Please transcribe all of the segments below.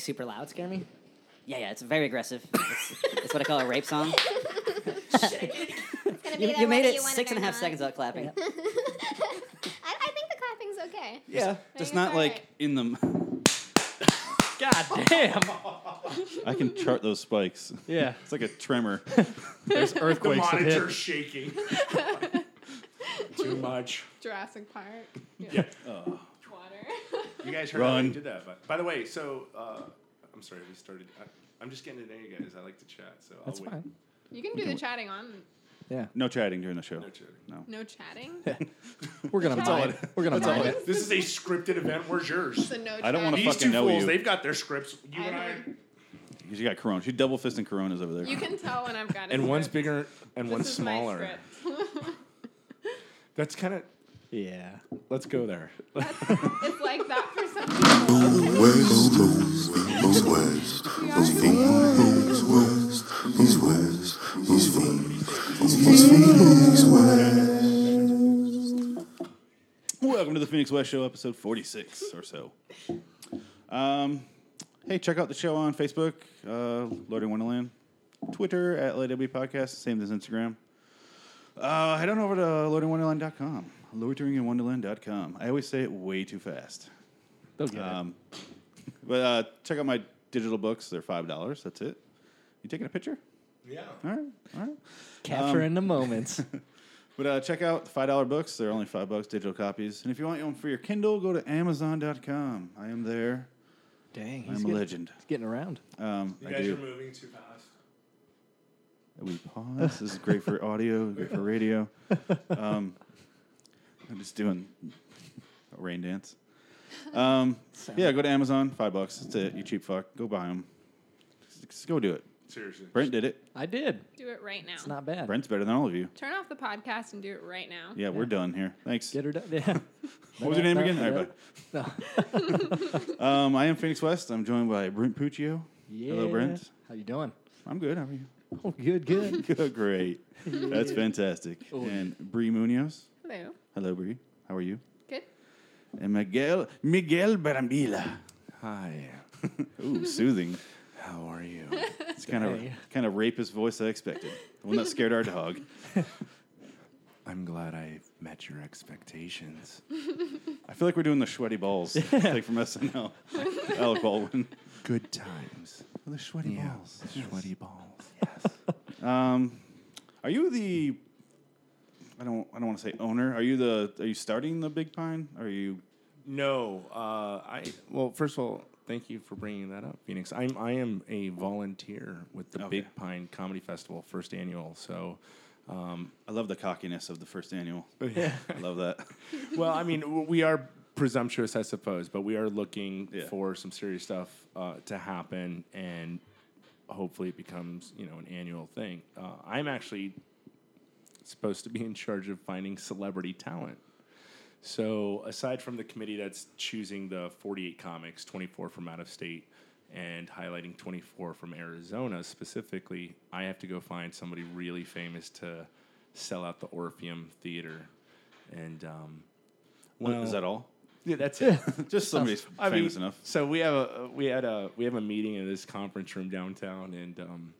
super loud scare me? Yeah, yeah, it's very aggressive. It's, it's what I call a rape song. It's gonna be You, that you made whether it you want six and a or half not. seconds without clapping. I, I think the clapping's okay. Yeah. it's Just not like alright. in the. God damn. I can chart those spikes. Yeah. It's like a tremor. There's The earthquakes. that hit. monitor's shaking. Too much. Jurassic Park. Yeah. Yeah. Water. You guys heard Run. how I did that. But by the way, so uh, I'm sorry we started. I, I'm just getting to know you guys. I like to chat, so That's I'll wait. fine. you can do the chatting on. Yeah. No chatting during the show. No chatting. No. No chatting. We're gonna That's all mine. We're gonna mine. it. This is a scripted event. Where's yours? So no I don't chatting. wanna These fucking two know fools, you. they've got their scripts. You I and I. don't- Because you got Corona. She double fisting Coronas over there. You can tell when I've got a And one's script. bigger and This one's is my smaller. script. That's kind of. Yeah. Let's go there. it's like that for some people. West, who's west, who's feet, who's west, who's west, who's feet, who's feet, who's west. Welcome to the Phoenix West Show, episode 46 or so. Um, hey, check out the show on Facebook, uh, Lord in Wonderland, Twitter at Light W Podcast, same as Instagram. Uh, head on over to loadingwonderland.com, loiteringinwonderland.com. I always say it way too fast. They'll get it. Um, but uh, check out my digital books. They're $5. That's it. You taking a picture? Yeah. All right. All right. Capturing the moments. But uh, check out the five dollar books. They're only five bucks, digital copies. And if you want them for your Kindle, go to Amazon.com. I am there. Dang. I'm He's a getting, legend. he's getting around. Um, You I guys do. are moving too fast. We pause. This is great for audio. Great for radio. Um, I'm just doing a rain dance. Um, yeah, go to Amazon. Five bucks. That's it. You cheap fuck. Go buy them. Just, just go do it. Seriously. Brent did it. I did. do it right now. It's not bad. Brent's better than all of you. Turn off the podcast and do it right now. Yeah, we're done here. Thanks. Get her done. Yeah. What was your name No, again? no, All right, no. bye. Um, I am Phoenix West. I'm joined by Brent Puccio. Yeah. Hello, Brent. How you doing? I'm good. How are you? Oh, good, good. Good, great. That's fantastic. Oh, And Bree Munoz. Hello. Hello, Bree. How are you? Good. And Miguel Miguel Barambila. Hi. Ooh, soothing. How are you? It's kind of kind of rapist voice I expected. The one that scared our dog. I'm glad I met your expectations. I feel like we're doing the sweaty balls like from SNL. Alec Baldwin. Good times. The sweaty Sweaty balls. Yes. Um, are you the? I don't. I don't want to say owner. Are you the? Are you starting the Big Pine? Are you? No, uh, I well, first of all, thank you for bringing that up, Phoenix. I'm I am a volunteer with the Okay. Big Pine Comedy Festival, first annual. So, um, I love the cockiness of the first annual. I love that. well, I mean, w- we are presumptuous, I suppose, but we are looking Yeah. for some serious stuff uh, to happen, and hopefully, it becomes you know an annual thing. Uh, I'm actually supposed to be in charge of finding celebrity talent. So, aside from the committee that's choosing the 48 comics, 24 from out of state, and highlighting 24 from Arizona specifically, I have to go find somebody really famous to sell out the Orpheum Theater. And, um, What- well, Is that all? Yeah, that's it. Just somebody's I mean, famous enough. So we have a we had a we have a meeting in this conference room downtown, and um,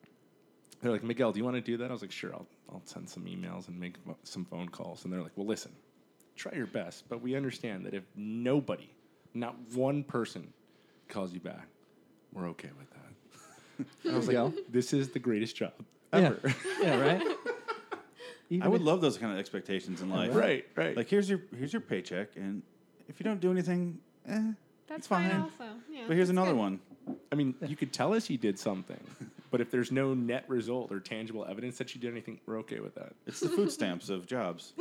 they're like, Miguel, do you want to do that? I was like, sure, I'll I'll send some emails and make mo- some phone calls. And they're like, well, listen, try your best, but we understand that if nobody, not one person, calls you back, we're okay with that. I was like, This is the greatest job yeah. ever. yeah, right? I would love those kind of expectations in life. right, right. Like here's your here's your paycheck, and if you don't do anything, eh. That's fine. fine. also. Yeah, But here's that's another good. one. I mean, you could tell us you did something, but if there's no net result or tangible evidence that you did anything, we're okay with that. It's the food stamps of jobs.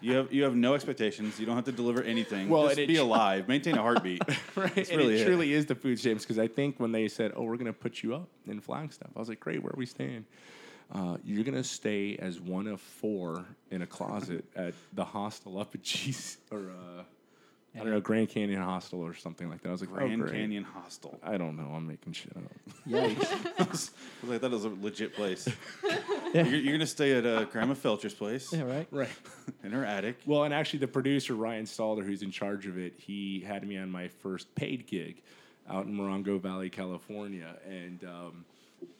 you have you have no expectations. You don't have to deliver anything. Well, Well, Just and it- Oh, be alive. Maintain a heartbeat. Right. That's and really it it. truly is the food stamps because I think when they said, "Oh, we're gonna put you up in Flagstaff," I was like, "Great, where are we staying?" Uh, you're gonna stay as one of four in a closet at the hostel up at Cheese or uh, I don't know Grand Canyon Hostel or something like that. I was like, Grand oh, great. Canyon Hostel. I don't know. I'm making shit up. Because I thought it was a legit place. You're, you're gonna stay at uh, Grandma Felcher's place Yeah, right? right. in her attic. Well, and actually, the producer Ryan Stalder, who's in charge of it, he had me on my first paid gig out in Morongo Valley, California, and um,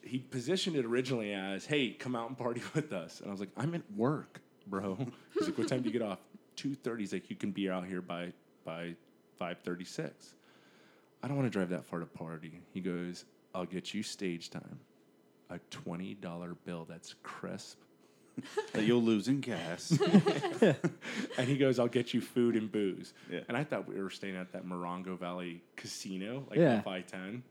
he positioned it originally as, "Hey, come out and party with us," and I was like, "I'm at work, bro." He's like, "What time do you get off?" Two thirty. He's like, "You can be out here by by five thirty-six. I don't want to drive that far to party. He goes, "I'll get you stage time, a twenty dollar bill that's crisp." that you'll lose in gas. and he goes, "I'll get you food and booze." Yeah. And I thought we were staying at that Morongo Valley Casino, like Yeah. off I ten.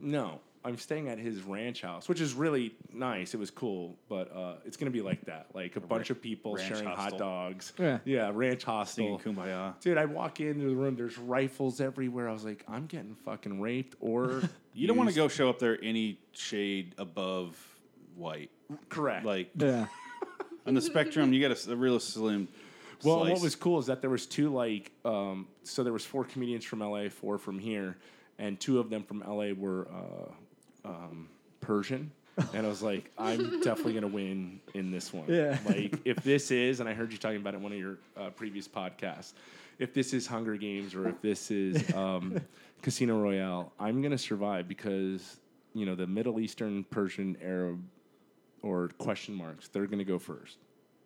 No, I'm staying at his ranch house, which is really nice. It was cool, but uh, it's gonna be like that, like a bunch of people ranch sharing hot hostel. dogs. Yeah. ranch Singing hostel. Kumbaya. Dude, I walk into the room. There's rifles everywhere. I was like, I'm getting fucking raped, or You don't want to used- go show up there any shade above white. correct. Like Yeah. on the spectrum, you got a s- a, real slim. Well, slice. what was cool is that there was two like um, so there was four comedians from LA, four from here, and two of them from LA were uh, um, Persian. And I was like, I'm definitely gonna win in this one. Yeah. Like, if this is, and I heard you talking about it in one of your uh, previous podcasts, if this is Hunger Games or if this is um, Casino Royale, I'm gonna survive because you know the Middle Eastern, Persian, Arab, or question marks, they're gonna go first.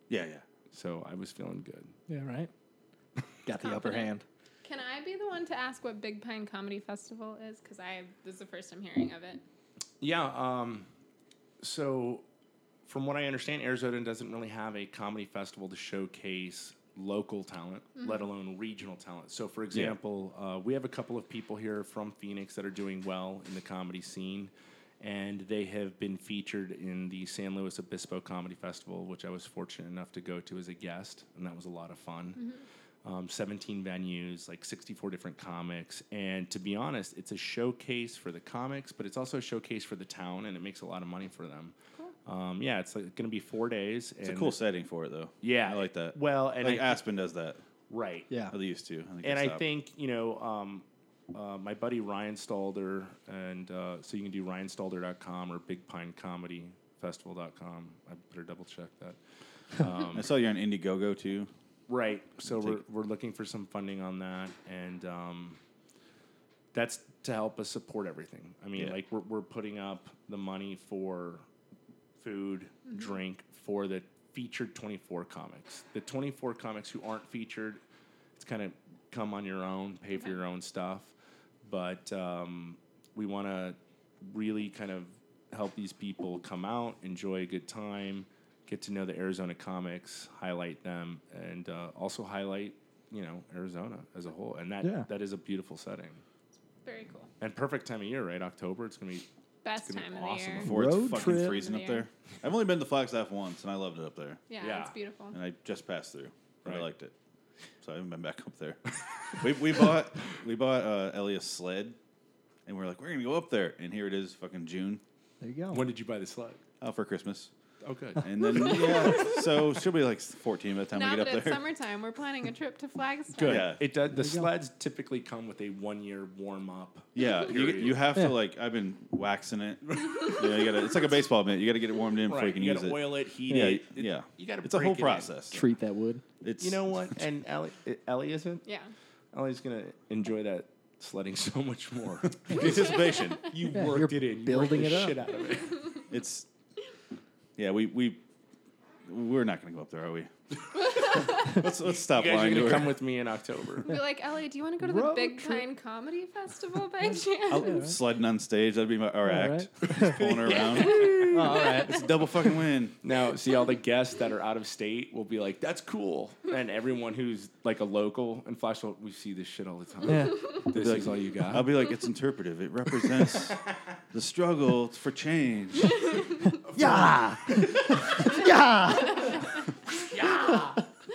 Yeah, yeah. So I was feeling good. Yeah. Right. Got the upper Confident. hand. Can I be the one to ask what Big Pine Comedy Festival is? Because I this is the first I'm hearing of it. Yeah. Um, so, from what I understand, Arizona doesn't really have a comedy festival to showcase local talent, let alone regional talent. So, for example, uh, we have a couple of people here from Phoenix that are doing well in the comedy scene, and they have been featured in the San Luis Obispo Comedy Festival, which I was fortunate enough to go to as a guest, and that was a lot of fun um, 17 venues, like 64 different comics. And to be honest, it's a showcase for the comics, but it's also a showcase for the town, and it makes a lot of money for them. Um, yeah, it's like going to be four days. It's a cool setting for it though. Yeah, I like that. Well, and like I, Aspen does that. right, Yeah. Or they used to. I think they and I stopped. think you know um, uh, my buddy Ryan Stalder, and uh, so you can do ryanstalder.com or bigpinecomedyfestival.com. I better double check that. I saw you on Indiegogo too. Right. So Take- we're, we're looking for some funding on that, and um, that's to help us support everything. I mean, Yeah. like we're we're putting up the money for food, drink for the featured 24 comics. The 24 comics who aren't featured, it's kind of come on your own, pay for your own stuff, but um, we want to really kind of help these people come out, enjoy a good time, get to know the Arizona comics, highlight them, and uh, also highlight you know Arizona as a whole. And that Yeah. that is a beautiful setting Very cool. and perfect time of year, right? October, it's gonna be Best gonna be time of awesome the year. Before it's Road fucking trip. freezing up Yeah. there. I've only been to Flagstaff once, and I loved it up there. Yeah, Yeah. it's beautiful. And I just passed through. and I Right. liked it. So I haven't been back up there. we, we bought we bought uh, Elias sled, and we are like, we're gonna go up there, and here it is, fucking June, There you go. When did you buy the sled? uh, for Christmas. Oh, good. And then yeah, so she'll be like 14 by the time Now that we get up it's there. summertime, we're planning a trip to Flagstaff. Good. Yeah. It does. The you go. sleds typically come with a one-year warm-up. Yeah, you, Period. you have Yeah. to like I've been waxing it. you know, you gotta, it's like a baseball mitt. You got to get it warmed in before you Right. can You, use gotta it. oil it, heat yeah, it. y- It- yeah. You gotta. It's a break whole it in. process. treat that wood? It's You know what? And Ellie, eh, Ellie isn't. Yeah. Ellie's gonna enjoy that sledding so much more. anticipation. you Yeah, worked you're it in. You worked building the it up. Shit out of it. It's yeah. We we we're not gonna go up there, are we? let's let's You stop guys are lying. gonna to her. come with me in October. Be like, Ellie, do you want to go to the Road Big trip. Pine Comedy Festival by chance? I'll- Sledding on stage, that'd be my our All act. Just pulling her around. Oh, all right. It's a double fucking win. Now, see, all the guests that are out of state will be like, "That's cool," and everyone who's like a local and Flash, will- we see this shit all the time. Yeah. This is all you I'll got. be like, it's interpretive. It represents the struggle for change. yeah. yeah.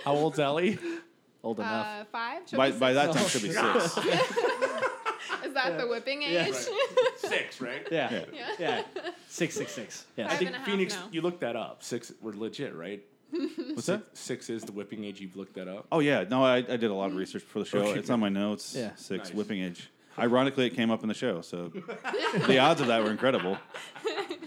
How old's Ellie? Old enough. Uh, five? She'll By, be by that time, she'll be six. six. Is that the whipping age? Yeah. Six, right? yeah. Yeah. Yeah. Six six six. Five I Yes. think and a half Phoenix. now. You looked that up. Six. We're legit, right? What's that? Six is the whipping age. You've looked that up. Oh yeah, no, I, I did a lot of research before the show. Okay. It's on my notes. Yeah. Six Nice. whipping edge. Ironically, it came up in the show, so the odds of that were incredible.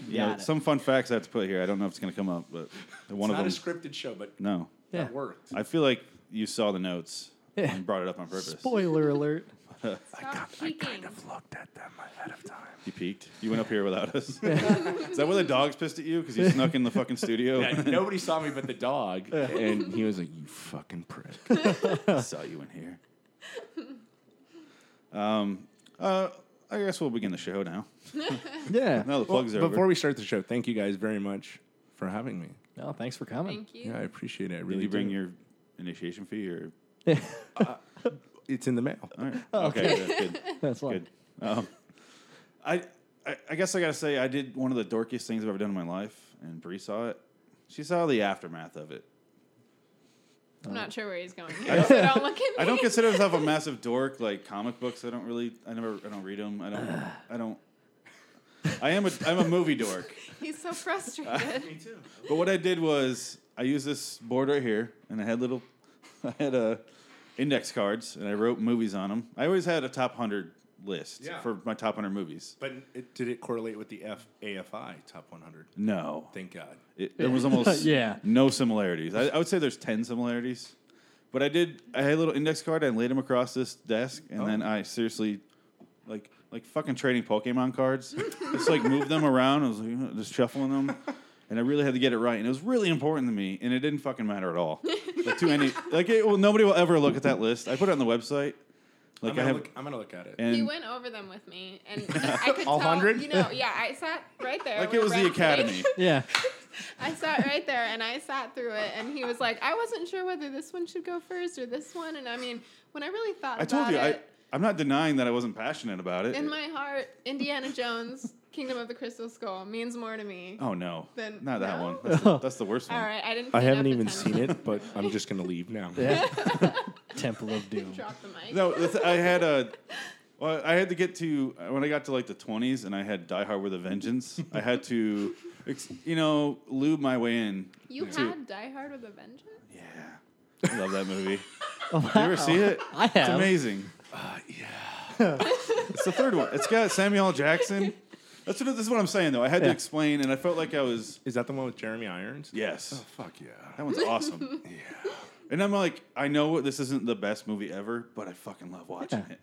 You know, Got it. some fun facts I have to put here. I don't know if it's going to come up, but one of them. it's not a scripted show, but no, that Yeah. worked. I feel like you saw the notes Yeah. and brought it up on purpose. Spoiler alert. Stop peeking. looked at them ahead of time. You peeked. You went up here without us. Is that why the dogs pissed at you? Because you snuck in the fucking studio. Yeah, nobody saw me but the dog, and he was like, "You fucking prick." I saw you in here. Um, uh, I guess we'll begin the show now. Yeah. Now the plugs are Before over. we start the show, thank you guys very much for having me. No, thanks for coming. Thank you. Yeah, I appreciate it. I really Did you bring do. your initiation fee or? It's in the mail. All right. Oh, Okay. that's good. That's fine. good. Um, I, I I guess I gotta say I did one of the dorkiest things I've ever done in my life, and Bree saw it. She saw the aftermath of it. I'm not sure where he's going. Here, so don't look at me. I don't consider myself a massive dork. Like comic books, I don't really. I never. I don't read them. I don't. I don't. I am a. I'm a movie dork. He's so frustrated. But what I did was I used this board right here, and I had little, I had uh, index cards, and I wrote movies on them. I always had a top hundred list Yeah. for my top hundred movies. But it, did it correlate with the F- AFI Top 100? No, Thank God. it, there was almost Yeah. no similarities. I, I would say there's ten similarities, but I did. I had a little index card and laid them across this desk, and Oh. then I seriously, like like fucking trading Pokemon cards, just like moved them around. I was like, you know, just shuffling them. And I really had to get it right, and it was really important to me, and it didn't fucking matter at all. Like to any, like it, well, nobody will ever look at that list. I put it on the website. Like I'm I gonna, have, look, I'm gonna look at it. and he went over them with me, and you know, I could All tell. 100? You know, yeah, I sat right there. like when it was the read through academy. Yeah. I sat right there, and I sat through it, and he was like, "I wasn't sure whether this one should go first or this one." And I mean, when I really thought I told about you, I, it, I'm not denying that I wasn't passionate about it. in my heart, Indiana Jones, Kingdom of the Crystal Skull, means more to me. oh no, Then- not that no? one. That's the, that's the worst All one. right, I didn't. I pay haven't enough even attention. seen it, but I'm just gonna leave now. Yeah. Temple of Doom. Drop the mic. No, the th- I had a. Well, I had to get to when I got to like the twenties, and I had Die Hard with a Vengeance. I had to, ex- you know, lube my way in. You to- had Die Hard with a Vengeance. Yeah, I love that movie. You ever see it? I It's have. amazing. Uh, yeah, it's the third one. It's got Samuel L. Jackson. That's what. This is what I'm saying though. I had to Yeah. explain, and I felt like I was. Is that the one with Jeremy Irons? Oh, Yes. Fuck yeah. That one's awesome. yeah. And I'm like, I know this isn't the best movie ever, but I fucking love watching Yeah. it.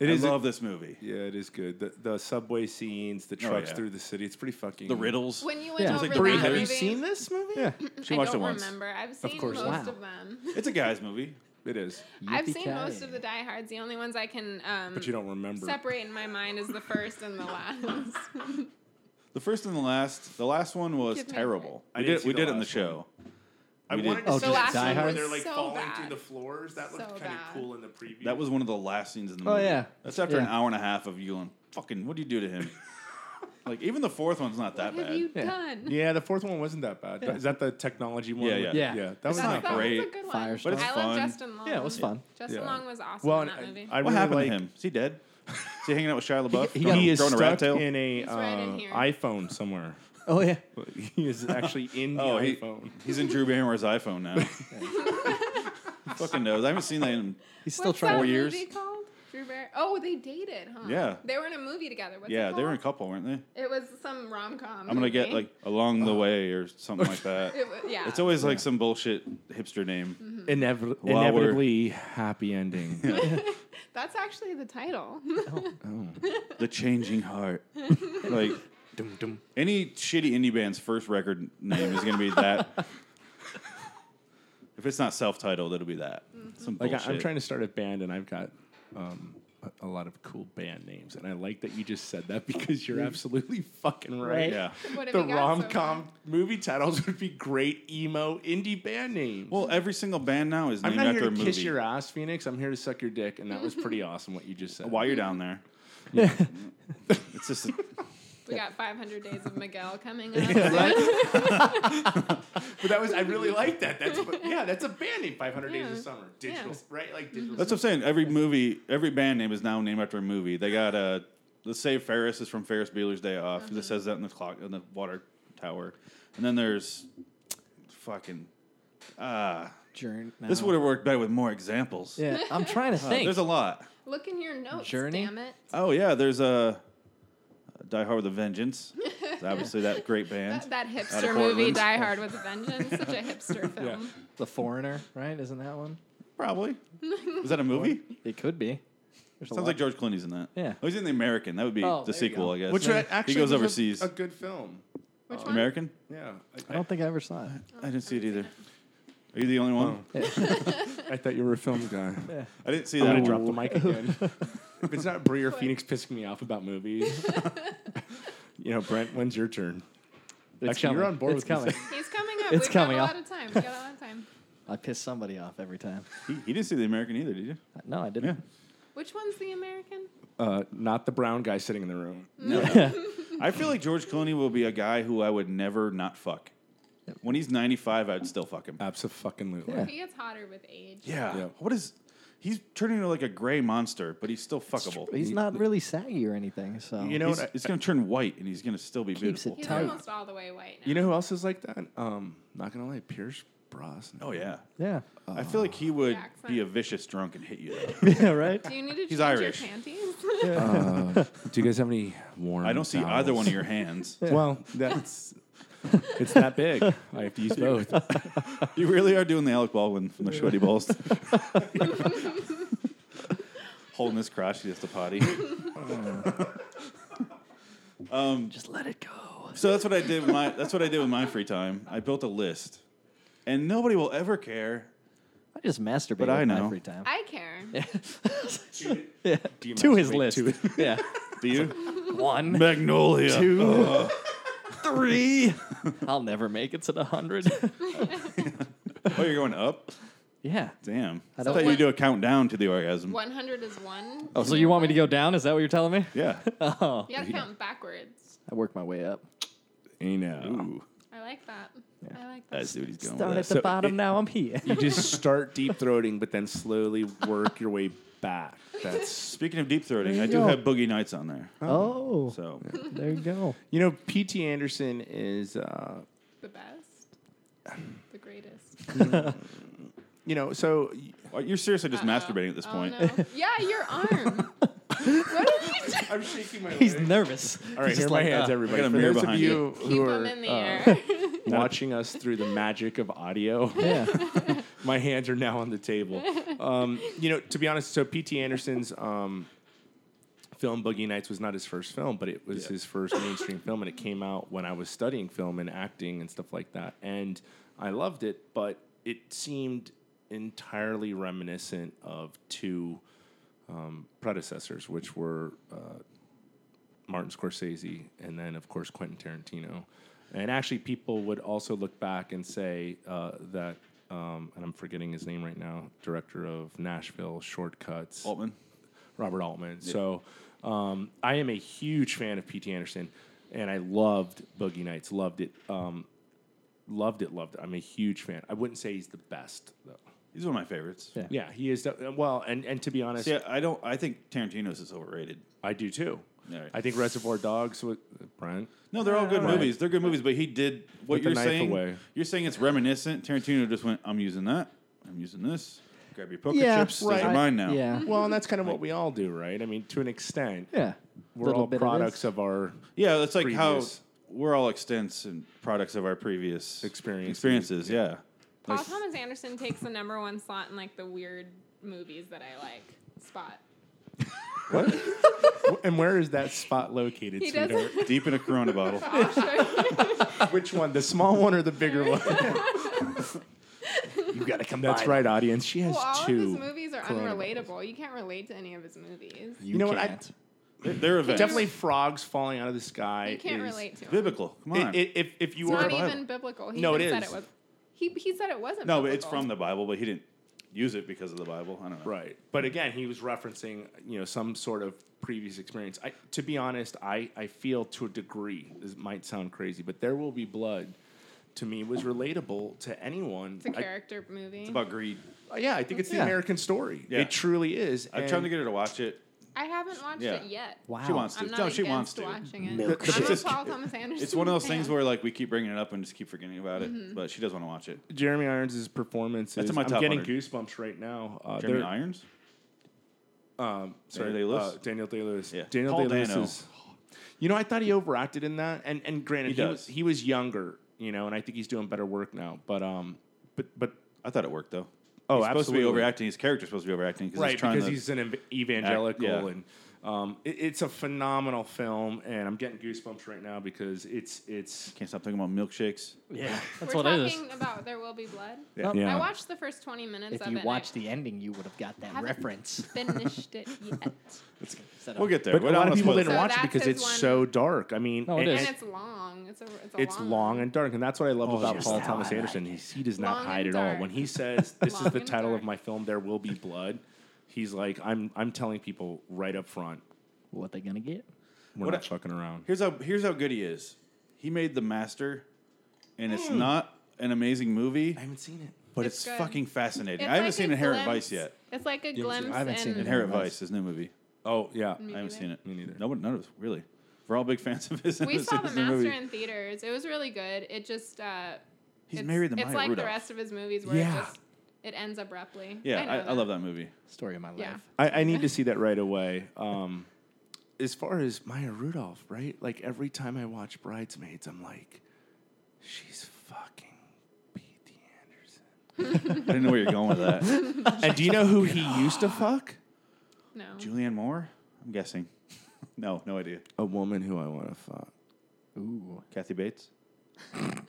It I is a- love this movie. Yeah, it is good. The, the subway scenes, the trucks yeah. through Oh, the city, it's pretty fucking. The riddles. When you went Yeah. It over was like that Bree, movie, have you this movie? Yeah. She I watched don't it once. remember. I've seen course. most Wow. of them. It's a guy's movie. It is. I've seen most Yippee-ki-yay. of the Die Hards. The only ones I can um, But you don't remember. separate in my mind is the first and the last. The first and the last. The last one was Give me a terrible. I We didn't did see we the did it in the last show. I We did. wanted Oh, to see just that Die scene where Hard? they're like So falling bad. through the floors. That looked So kind bad. of cool in the preview. That was one of the last scenes in the Oh, movie. yeah. That's after an Yeah. hour and a half of Yulin. Fucking, what do you do to him? like even the fourth one's not that have bad. you Yeah. done? Yeah, the fourth one wasn't that bad. Is that the technology one? Yeah, with- yeah. Yeah. yeah. That It's was That, not not that great. was a good one. Firestorm. But it's I fun. love Justin Long. Yeah, it was fun. Justin Yeah. Long was awesome Well, in that and movie. I what really happened like, to him? Is he dead? Is he hanging out with Shia LaBeouf? he throwing, He is throwing a rat tail. stuck in a uh, right in here. iPhone somewhere. Oh, yeah. he is actually in the Oh, he- iPhone. He's in Drew Barrymore's iPhone now. fucking knows. I haven't seen that in. He's still What's trying. that Four years. movie called? Drew Barry. Oh, they dated, huh? Yeah. They were in a movie together. What's yeah, it they were in a called? couple, weren't they? It was some rom com. I'm gonna get like along the way or something like that. It wa- yeah. It's always like some bullshit hipster name. Mm-hmm. Hmm. Inevi- While we're- inevitably happy ending. That's actually the title. The Changing Heart. like Dum, dum. any shitty indie band's first record name is going to be that. if it's not self-titled, it'll be that. Some Like bullshit. I, am trying to start a band, and I've got um, a, a lot of cool band names, and I like that you just said that because you're absolutely fucking right. Right. Yeah. What have The you got rom so far? com movie titles would be great emo indie band names. Well, every single band now is I'm named not after here to a movie. kiss your ass, Phoenix. I'm here to suck your dick, and that was pretty awesome what you just said. While you're down there, it's just We got 500 days of Miguel coming up. But that was I really like that. That's yeah, that's a band name. 500 Days Yeah. of Summer, digital, Yeah. Mm-hmm. right? Like digital. that's what I'm saying. Every movie, every band name is now named after a movie. They got Uh, let's say Ferris is from Ferris Bueller's Day Off. It says that in the clock in the water tower, and then there's fucking ah. Journey. This would have worked better with more examples. Yeah, I'm trying to Uh, think. there's a lot. Look in your notes, Journey? damn it. Oh yeah, there's a Die Hard with a Vengeance. It's obviously that great band. That, that Out of hipster movie, Portland. Die Hard with a Vengeance. Such a hipster film. the Foreigner, right? Isn't that one? Probably. Is that a movie? It could be. There's a Sounds lot. like George Clooney's in that. Yeah. Oh, he's in the American. That would be Oh, the there you sequel, go. I guess. Which I- actually he goes was a- overseas. A, good film. Which one? American? Yeah. I don't think I ever saw it. I didn't see it either. Are you the only one? Oh. I thought you were a film guy. I didn't see I'm that. gonna one. drop the mic again. if it's not Brie or Phoenix pissing me off about movies, you know, Brent, when's your turn? It's Actually, coming. you're on board It's with coming. this. He's coming up. It's We've coming got up. a lot of time. We got a lot of time. I piss somebody off every time. He, he didn't see the American either, did you? No, I didn't. Which one's the American? Uh, not the brown guy sitting in the room. Mm. I feel like George Clooney will be a guy who I would never not fuck. When he's 95, I'd still fuck him. Absolutely. Yeah. He gets hotter with age. Yeah. Yeah. What is. He's turning into like a gray monster, but he's still fuckable. He's not really saggy or anything, so You know He's, what? I, it's going to turn white and he's going to still be keeps beautiful. it He's tight. almost all the way white now. you know who else is like that? Um, not gonna lie, Pierce Brosnan. Oh, yeah. Yeah. I feel like he would Jackson. be a vicious drunk and hit you. yeah, right? Do you need to He's change Irish. your panties? Do you guys have any warm? I don't see towels? either one of your hands. Well, that's it's that big. I have to use both. You really are doing the Alec Baldwin from the Sweaty Balls. Holding his crotch, he has to potty. Just let it go. So that's what I did. With my that's what I did with my free time. I built a list, and nobody will ever care. I just masturbate But I in know. my free time. I care. Do you to his masturbate list. to it? yeah. Do you? One, Magnolia. two, three. I'll never make it to the hundred. Oh, you're going up? yeah. Damn. I, don't- thought you do a countdown to the orgasm. 100 is one. Oh, so you want me to go down? Is that what you're telling me? Yeah. Oh, You gotta count backwards. I work my way up. You know. Ooh, I like that. I like that. I see what he's going Start with. that. at the So bottom. it- now I'm here. You just start deep throating, but then slowly work your way back. That's Speaking of deep throating, I you do go. have boogie nights on there. Oh, So there you go. you know, P.T. Anderson is uh, The best. The greatest. you know so Oh, you're seriously just masturbating at this Oh, point. no. Yeah, your arm. what did you do? I'm shaking my. He's nervous. All right, He's just here are my like, hands, uh, everybody. I got a For mirror those of behind you Keep who 'em are in the uh, air. watching us through the magic of audio, Yeah. my hands are now on the table. Um, you know, to be honest, so P.T. Anderson's um, film Boogie Nights was not his first film, but it was Yeah. his first mainstream film, and it came out when I was studying film and acting and stuff like that. And I loved it, but it seemed entirely reminiscent of two um, predecessors, which were uh, Martin Scorsese, and then of course Quentin Tarantino. And actually, people would also look back and say uh, that, um, and I'm forgetting his name right now, director of Nashville Shortcuts, Altman. Robert Altman. So um, I am a huge fan of P.T. Anderson, and I loved Boogie Nights, loved it, um, loved it, loved it. I'm a huge fan. I wouldn't say he's the best though. He's one of my favorites. Yeah. Yeah, he is. The, well, and and to be honest, See, I don't. I think Tarantino's is overrated. I do too. All right. I think Reservoir Dogs with Brent. No, they're all good Right. movies. They're good movies, but he did what Put the you're knife saying. away. You're saying it's reminiscent. Tarantino just went, "I'm using that. I'm using this. Grab your poker Yeah, chips. Those right. are mine now." Yeah. Well, and that's kind of what we all do, right? I mean, to an extent, Yeah. we're Little all bit products of, of, our. yeah. That's like Previous. how we're all extents and products of our previous Experiences. Experiences, yeah. Paul Like- Thomas Anderson takes the number one slot in like the weird movies that I like spot. What? and where is that spot located, He sweetheart? doesn't. Deep in a Corona bottle. Which one, the small one or the bigger one? this. You got to come That's right, audience. She has Well, all of his two. movies are Corona unrelatable. You can't relate to any of his movies. You, You know what, I- can't. They're- They're events. Definitely frogs falling out of the sky. You can't is- relate to him. biblical. Come on. It- it- if, if you It's are not even biblical. He No, even it said is. it was. He, he said it wasn't. no, but biblical. it's from the Bible, but he didn't use it because of the Bible. I don't know. Right. But again, he was referencing, you know, some sort of previous experience. I, to be honest, I, I feel to a degree, this might sound crazy, but There Will Be Blood to me was relatable to anyone. It's a I- character movie. It's about greed. yeah, I think it's the Yeah. American story. Yeah. It truly is. I'm and trying to get her to watch it. I haven't watched Yeah. it yet. Wow. She wants to. I'm not no, she against wants to. watching it. Milk I'm a shit. Paul Thomas Anderson. It's one of those fan. things where like we keep bringing it up and just keep forgetting about it, Mm-hmm. but she does want to watch it. Jeremy Irons' performance is. That's in my I'm top getting 100. goosebumps right now. Uh, Jeremy there- Irons. Um, sorry, Day-Lewis? uh, Daniel Day Lewis. Yeah. Daniel Paul Day Dano. Lewis. You know, I thought he overacted in that, and and granted, He he, does. was he was younger, you know, and I think he's doing better work now. But um, but but I thought it worked though. Oh, he's supposed to be absolutely. overacting. His character's supposed to be overacting because right he's trying because to. he's an ev- evangelical yeah. and um, it, it's a phenomenal film and i'm getting goosebumps right now because it's it's can't stop talking about milkshakes. Yeah, that's We're what it is. talking about There Will Be Blood. Yeah. I watched the first 20 minutes If of you it. and watched the ending, you would have got that Haven't- reference. I finished it yet. Set We'll up. get there. but We a don't lot wanna of people spoil didn't it. So watch it that's because his it's one- so dark i mean No, it and- is. And and it's long. It's a, it's a it's long, long and dark, and that's what I love Oh, about yes. Paul That's Thomas Anderson. He, he does not Long hide and at all. dark. When he says, "This is Long the and title dark. of my film, there will be blood," he's like, "I'm I'm telling people right up front, What they gonna get? we're What not I- fucking around." Here's how here's how good he is. He made The Master, and it's not an amazing movie, Hmm. I haven't seen it. but It's it's, good. fucking fascinating. It's I haven't like seen a Inherent glimpse- Vice yet. It's like a glimpse. I haven't seen in- Inherent Inherent Vice, his new movie. Oh yeah, Me I haven't neither. seen it. Me neither. No one, none of us really. We're all big fans of his. We his saw The new Master movie. in theaters. It was really good. It just. Uh, He's it's, married to It's Maya like Rudolph. the rest of his movies where Yeah. it just it ends abruptly. Yeah, know I, I, love that movie. Story of my life. Yeah. I, I need to see that right away. Um, as far as Maya Rudolph, right? Like every time I watch Bridesmaids, I'm like, she's fucking P.T. Anderson. I didn't know where you're going with that. And do you know who he used to fuck? No. Julianne Moore? I'm guessing. No, no idea. A woman who I want to fuck. Ooh. Kathy Bates? Fiona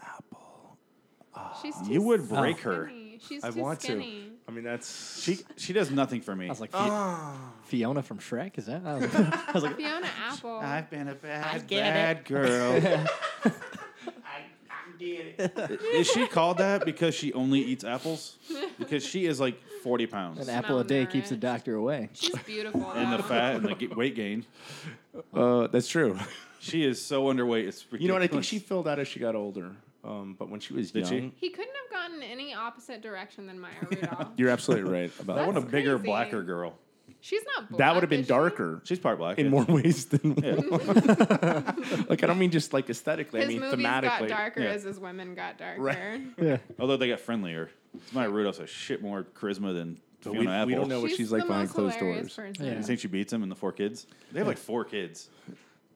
Apple. She's too You would Oh. break her. skinny. She's I too want skinny. to. I mean, that's She she does nothing for me. I was like, Fi- Ah. Fiona from Shrek. Is that? I was like, Fiona Apple. I've been a bad, get it. bad girl. Is she called that because she only eats apples? Because she is like 40 pounds. an apple a day keeps the Malnourished. doctor away. She's beautiful. And the though. fat and the g- weight gain. uh, that's true. She is so underweight. It's ridiculous. you know what? I think she filled out as she got older. Um, but when she was Did young, she? He couldn't have gone any opposite direction than Maya Rudolph. you're absolutely right about I that. want a That's bigger, crazy. blacker girl. She's not. Black, That would have been is she? darker. She's part black. in yeah. more ways than Yeah. one. like I don't mean just like aesthetically. His I mean movies thematically. got darker yeah. as his women got darker. Right. Although they got friendlier. It's Maya Rudolph's a shit more charisma than But Fiona Apple. we, we don't know what She's, she's like the behind most closed hilarious doors. person. Yeah. You think she beats him and the four kids? They have like four kids.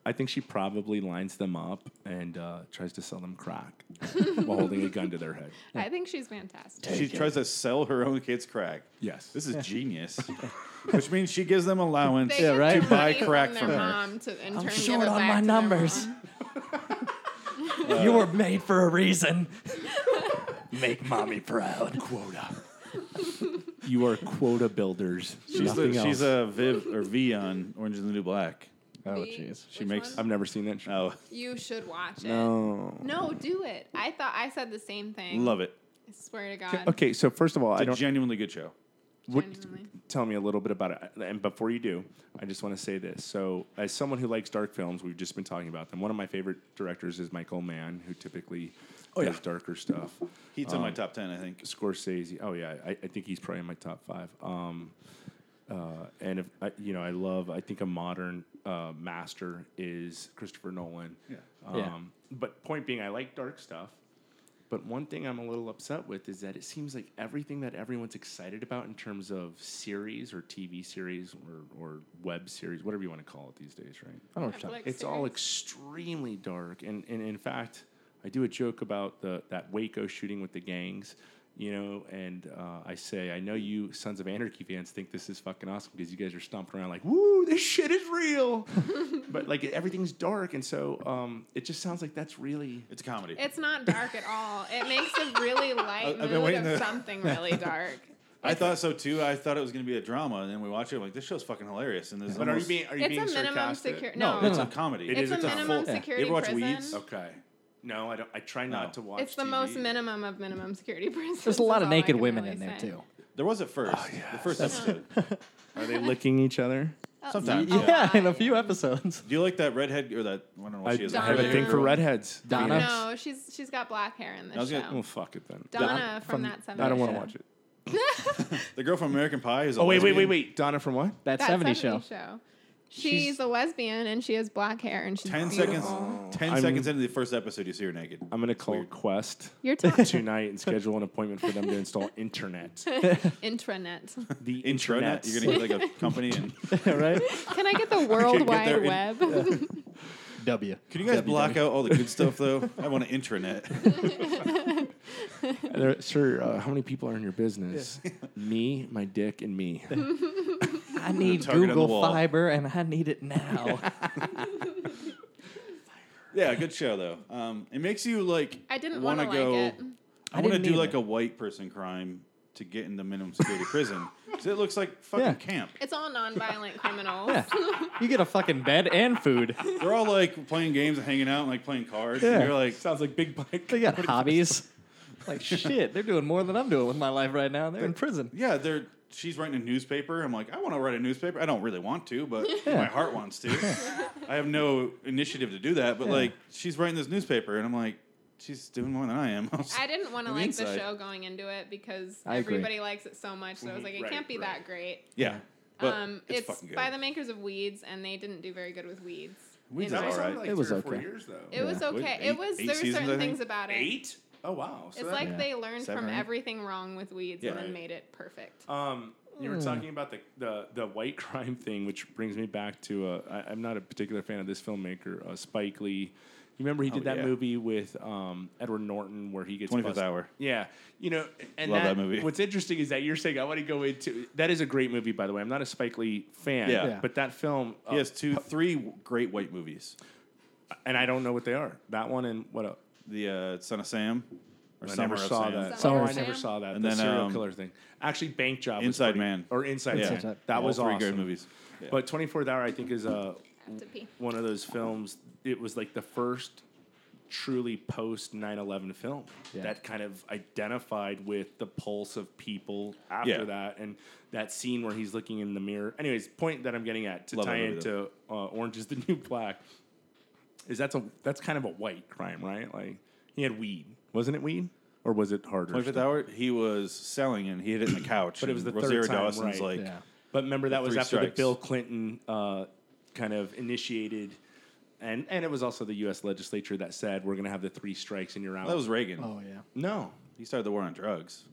I think she probably lines them up and uh, tries to sell them crack while holding a gun to their head. I think she's fantastic. She tries to sell her own kids crack. Yes. This is genius. Which means she gives them allowance They get right. the to buy money from crack their from her. mom to, in I'm turn give short it on back my to their numbers. mom. you were made for a reason. Make mommy proud. quota. you are quota builders. She's, the, Nothing she's else. a Viv or V on Orange is the New Black. Oh The- jeez. which makes- I've one? never seen that show. Oh, You should watch it. No. No, do it. I thought I said the same thing. love it. I swear to God. Okay, so first of all, I It's a don't genuinely good show. What, Genuinely. tell me a little bit about it. And before you do, I just want to say this. So, as someone who likes dark films, we've just been talking about them. One of my favorite directors is Michael Mann, who typically does darker stuff. He's in my Um, top 10, I think. Scorsese. Oh yeah, I, I think he's probably in my top five. Um, uh, and if I, you know, I love. I think a modern uh, master is Christopher Nolan. Yeah. Um, Yeah. But point being, I like dark stuff. But one thing I'm a little upset with is that it seems like everything that everyone's excited about in terms of series or TV series or, or web series, whatever you want to call it these days, right? I don't Oh, Netflix know. It's all series. extremely dark, and, and in fact, I do a joke about the that Waco shooting with the gangs, you know, and uh, I say, I know you Sons of Anarchy fans think this is fucking awesome because you guys are stomping around like, woo, this shit is real, but like everything's dark, and so um, it just sounds like that's really It's a comedy. It's not dark at all. It makes a really light I've been mood waiting of to- something really dark. I thought so too. I thought it was going to be a drama, and then we watch it. I'm like, this show's fucking hilarious. And there's But are you almost- being are you being It's a minimum sarcastic? security. no, No, it's a comedy. It it's is a a full- minimum Yeah. security You ever watch prison. Weeds? Okay. No, I don't. I try not No. to watch. It's the TV. most minimum of minimum security prison. There's a lot of naked women in there too. There was at first. Oh, The first episode. Are they licking each other? Sometimes. Yeah, Yeah. in a few episodes. Do you like that redhead or that? I don't know what I she is. I have a thing for Donna. redheads. Donna. No, she's she's got black hair in I this was show. gonna- Oh fuck it then. Donna from, from- that seventy. I don't want to Yeah. watch it. The girl from American Pie is. a Oh wait, wait, lesbian. wait, wait. Donna from what? That, That 70 70, show. show. She's, a lesbian and she has black hair and she's Ten beautiful. seconds. 10 I'm- seconds into the first episode, you see her naked. I'm gonna call Quest You're talking tonight and schedule an appointment for them to install internet. intranet. The Intranet. internet. You're gonna get like a company, and right? Can I get the World get Wide there in- Web? W. Can you guys block out all the good stuff though? I want an intranet. There- sir, uh, how many people are in your business? me, my dick, and me. I need target on the Google wall. Fiber and I need it now. yeah, good show though. Um, it makes you like I didn't want to wanna like go. it. I want to didn't do either. like a white person crime to get into minimum security prison because it looks like fucking Yeah. camp. It's all nonviolent criminals. Yeah. You get a fucking bed and food. They're all like playing games and hanging out and like playing cards. And Yeah. you're like, Sounds like Big Mike. They got hobbies. Like shit, they're doing more than I'm doing with my life right now. They're in prison. yeah, they're. She's writing a newspaper. I'm like, I want to write a newspaper. I don't really want to, but my heart wants to. I have no initiative to do that, but like, she's writing this newspaper, and I'm like, she's doing more than I am. I didn't want to On the like inside. the show going into it because I agree. everybody likes it so much. So I was like, it Mm-hmm. right, can't be right. that great. yeah, but um, it's, it's fucking good. by the makers of Weeds, and they didn't do very good with Weeds. Weeds in is my- all right. Like It was three or four okay. years, though. It was okay. Eight- it was eight there were seasons, I certain think? things about it. Eight? Oh, wow. It's So that- like they learned Seven or from eight? everything wrong with Weeds Yeah. Uh, and Right. then made it perfect. Um, you were talking about the, the the white crime thing, which brings me back to uh, I, I'm not a particular fan of this filmmaker, uh, Spike Lee. You remember he did that Oh, yeah. movie with um, Edward Norton where he gets 25th busted. hour. Yeah, you know, and Love that movie. What's interesting is that you're saying I want to go into that is a great movie by the way. I'm not a Spike Lee fan, Yeah. Yeah. but that film, uh, He has two, three great white movies. and I don't know what they are. That one and what else? The uh, Son of Sam, or I Summer never of saw Sam. that. Summer oh, of I never Sam. saw that. And the then, serial um, killer thing. Actually, Bank Job. was Inside pretty- Man. or Inside Yeah. Man. Inside Man. That All was three awesome. great movies. Yeah. But 24th Hour, I think, is uh, I have to pee. one of those films. It was like the first truly post 9/11 film that kind of identified with the pulse of people after Yeah. that, and that scene where he's looking in the mirror. Anyways, point that I'm getting at to Love tie that movie, into uh, Orange Is the New Black is that's a that's kind of a white crime, right? Like he had weed, wasn't it weed, or was it harder? Twenty fifth stuff? hour, he was selling and he hit it in the couch. But it was and the third Rosario time, Dawson's right. like, Yeah. But remember that was three after strikes. the Bill Clinton uh, kind of initiated, and and it was also the U.S. legislature that said we're going to have the three strikes and you're out. that was Reagan. Oh yeah. no, He started the war on drugs.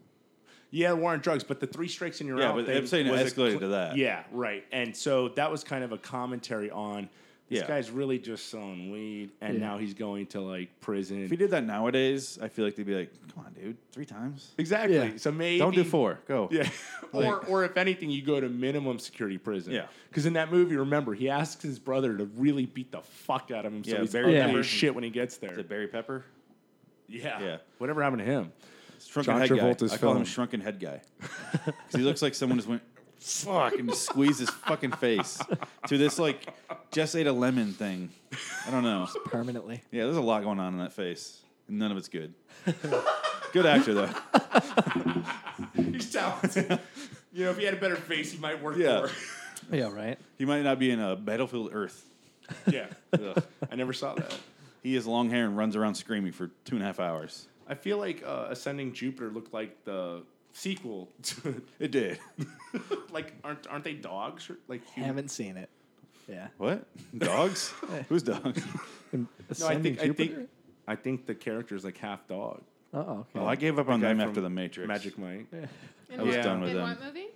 yeah, war on drugs, but the three strikes and you're Yeah, out. but thing I'm saying it was a escalated cl- to that. Yeah, right. And so that was kind of a commentary on this Yeah. guy's really just selling weed, and Yeah. now he's going to like prison. If he did that nowadays, I feel like they'd be like, "Come on, dude, three times. Exactly. Yeah. So maybe Don't do four. Go." Yeah. or, Like- or if anything, you go to minimum security prison. Yeah. Because in that movie, remember, he asks his brother to really beat the fuck out of him. Yeah, so he's Barry ugly Pepper. as shit when he gets there. Is it Barry Pepper? yeah. Yeah. Whatever happened to him? Shrunken John head Travolta's guy. I call him film. shrunken head guy. 'Cause he looks like someone just went fuck and just squeezed his fucking face to this like just ate a lemon thing. I don't know. Permanently. Yeah, there's a lot going on in that face. and None of it's good. good actor though. He's talented. you know, if he had a better face, he might work Yeah. more. Yeah, right. He might not be in a Battlefield Earth. yeah. I never saw that. He has long hair and runs around screaming for two and a half hours. I feel like uh, Ascending Jupiter looked like the sequel. To, It did. like, aren't aren't they dogs? Or, like, human? Haven't seen it. Yeah. What? Dogs? Who's dogs? no, I think I think I think the character is like half dog. Oh, okay. Well, I gave up on guy them from after the Matrix. Magic Mike. In I was what- done with in them. what movie?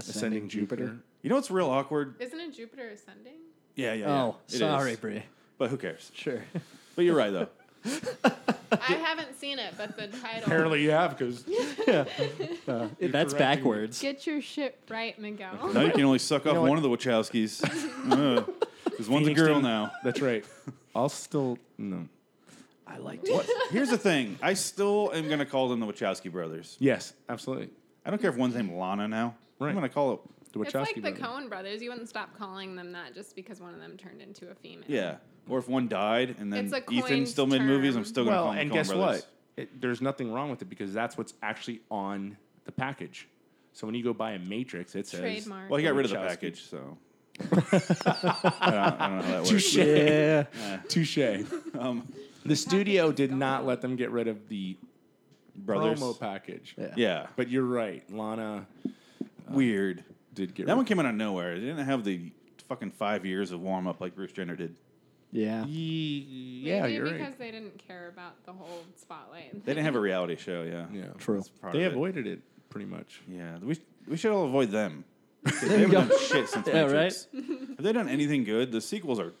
Ascending Jupiter. You know what's real awkward? Isn't it Jupiter Ascending? Yeah, yeah. yeah. Oh, It is. sorry, Brie. But who cares? Sure. But you're right though. I haven't seen it, but the title. Apparently you have because That's correcting me. backwards. Get your shit right, Miguel. Now you can only suck off what? one of the Wachowskis. Because one's a Phoenix girl Down. now. that's right. I'll still no. I like What? Here's the thing. I still am going to call them the Wachowski brothers. Yes, absolutely. I don't care if one's named Lana now. Right. I'm going to call it. The It's like Wachowski the brothers. Cohen brothers. You wouldn't stop calling them that just because one of them turned into a female. Yeah. Or if one died and then It's a Ethan coined still made movies, I'm term. still going to well, call them and the Coen guess brothers. what? It, there's nothing wrong with it because that's what's actually on the package. So when you go buy a Matrix, it says Trademark. Well, he got rid of the Wachowski. package, so. I, don't, I don't know how that works. Touche. Yeah. Touche. Um, the studio did not let them get rid of the brothers. promo package. Yeah. Yeah. But you're right. Lana Uh, Weird. did get That rid one came out of nowhere. It didn't have the fucking five years of warm up like Bruce Jenner did. Yeah. Ye- Maybe Yeah, you're because right. they didn't care about the whole spotlight. They didn't have a reality show, yeah. Yeah. True. Part They of it. avoided it pretty much. Yeah, we we should all avoid them. They haven't done shit since Yeah, Matrix. Have they done anything good? The sequels are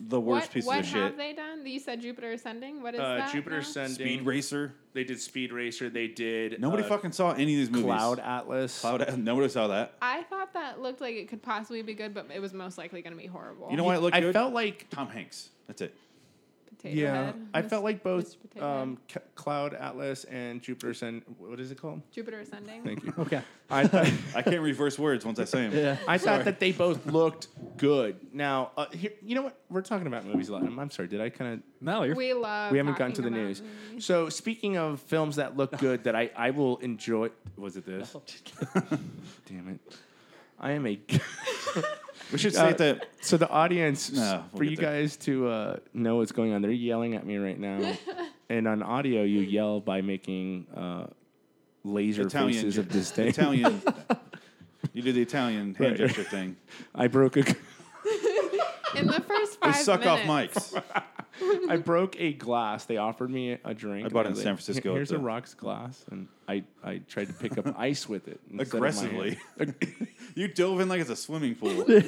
the worst what, piece what of have shit. they done? You said Jupiter Ascending. What is Uh, that? Jupiter now? Ascending. Speed Racer. They did Speed Racer. They did. Nobody uh, fucking saw any of these movies. Cloud Atlas. Cloud. Nobody saw that. I thought that looked like it could possibly be good, but it was most likely going to be horrible. You know why it looked I good? felt like Tom Hanks. That's it. Potato Head. I Mis- felt like both Mr. Potato Head. um, C- Cloud Atlas and Jupiter Ascend. What is it called? Jupiter Ascending. Thank you. Okay. I thought, I can't reverse words once I say them. Yeah. I thought that they both looked good. Now, uh, here, you know what? We're talking about movies a lot. I'm, I'm sorry. Did I kind of No, you're. We love. we haven't gotten to talking the about news. movies. So speaking of films that look good that I, I will enjoy was it this? Damn it. I am a We should say Uh, that. so the audience No, we'll for get you there. guys to uh, know what's going on, they're yelling at me right now. and on audio you yell by making uh, laser Italian faces ge- of disdain. Italian. you do the Italian hand Right. gesture thing. I broke a In the first They five suck off minutes- mics. I broke a glass. They offered me a drink. I bought it and in was San like, Francisco "Here- Here's at a the- rocks glass, and I, I tried to pick up ice with it instead of my- Aggressively. You dove in like it's a swimming pool. like you're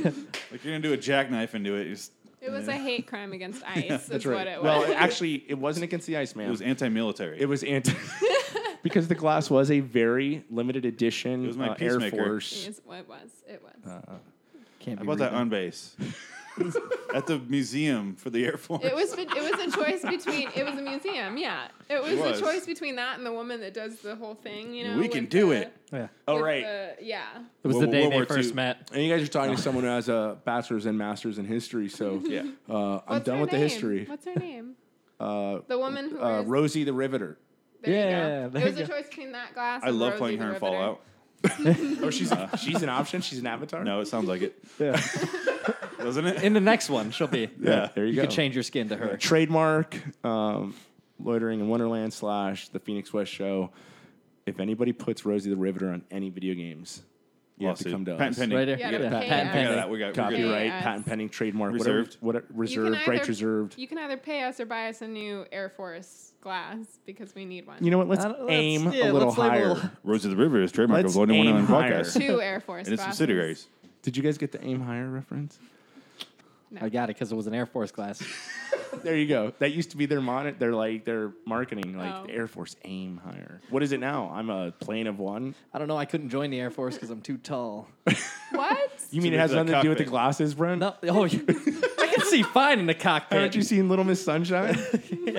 gonna do a jackknife into it. You just- It was a hate crime against ice. is That's right. what it was. well, actually, it wasn't against the ice, man. it was anti-military. It was anti. because the glass was a very limited edition. It was my uh, Air peacemaker. Force. Yes, it was. It was. Can't How be about that reading. on base? At the museum for the Air Force. It was be- it was a choice between it was a museum, yeah. It was, was. a choice between that and the woman that does the whole thing, you know. We with can do the- it. Yeah. Oh with right. the- yeah. It was World- the day World War they first II. met. and you guys are talking to someone who has a bachelor's and master's in history, so yeah, uh, I'm What's done her with name? the history. What's her name? Uh, The woman who uh, wears- Rosie the Riveter. there Yeah, you go. there it was you a go. choice between that glass. I and love Rosie playing the her in Riveter. Fallout. Oh, she's she's an option. She's an avatar. No, it sounds like it, Yeah. doesn't it? In the next one, she'll be. yeah. there you, You go. could change your skin to her. trademark um, loitering in wonderland slash the phoenix west show if anybody puts rosie the riveter on any video games you have to Lawsuit. come to Patent us pending. Right there. You gotta Yeah. pay us. I Patent got pending. that. We got we good. copyright Yes. patent pending trademark Reserved. whatever, what You can reserved either- rights reserved You can either pay us or buy us a new Air Force glass because we need one. you know what let's I don't- let's- aim yeah, a little let's label- higher Rose of the River is trademark Let's of Lord and aim Wonderland higher. Podcast two Air Force and its glasses. subsidiaries. did you guys get the aim higher reference I got it because it was an Air Force class. there you go that used to be their mon- their like their marketing like Oh. the air force aim higher what is it now i'm a plane of one I don't know. I couldn't join the Air Force because I'm too tall. What? you mean we it has did the nothing to do with the cockpit. glasses Brent? No. Oh, you, I can see fine in the cockpit. haven't you seen little miss sunshine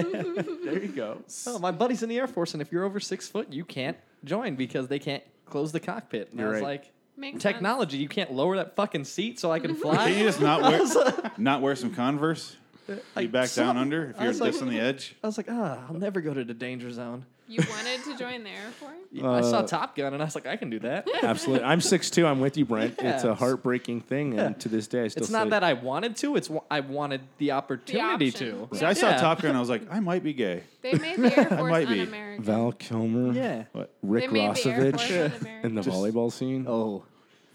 there you go Oh, my buddy's in the Air Force, and if you're over six foot, you can't join because they can't close the cockpit. And You're I was right. Makes like, sense. technology, you can't lower that fucking seat so I can fly. Can you just not I was wear like, not wear some Converse? You like, back down something. under if I you're was like- just on the edge. I was like, ah, I'll never go to the danger zone. You wanted to join the Air Force? I saw Uh, Top Gun, and I was like, I can do that. Absolutely. I'm 6'2. I'm with you, Brent. It's a Yes. heartbreaking thing. And to this day, I still It's not say- that I wanted to. It's wa- I wanted the opportunity option. to. See, I saw Yeah. Top Gun. I was like, I might be gay. They made the Air Force might be. un-American. Val Kilmer, Yeah. what, Rick They made the Air Force Rossovich un-American. in the volleyball scene. Oh,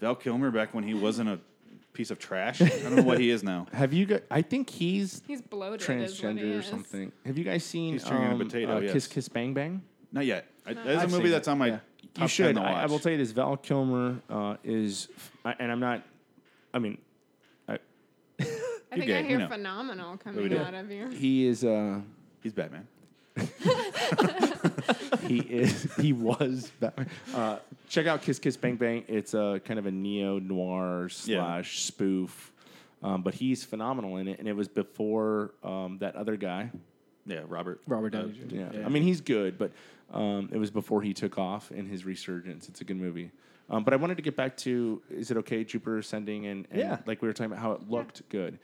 Val Kilmer back when he wasn't a piece of trash. I don't know what he is now. Have you got? I think he's He's bloated. is what he transgender or is. something. Have you guys seen He's turning um, a potato, uh, yes. Kiss Kiss Bang Bang? Not yet. I, that is I've a seen movie that's it, on my. yeah. Top you 10 should. to I, I watch. will tell you this: Val Kilmer uh, is, I- and I'm not. I mean, I think gay, I we hear know. phenomenal we coming do. out of you. he is. Uh, He's Batman. he is he was Batman. Uh, check out Kiss Kiss Bang Bang. It's a kind of a neo noir Yeah. slash spoof, um, but he's phenomenal in it. And it was before um, that other guy. Yeah, Robert. Robert Uh, Downey Jr. Yeah. I mean he's good, but um, it was before he took off in his resurgence. It's a good movie. Um, but I wanted to get back to is it okay Jupiter Ascending and, and Yeah. like we were talking about how it looked good.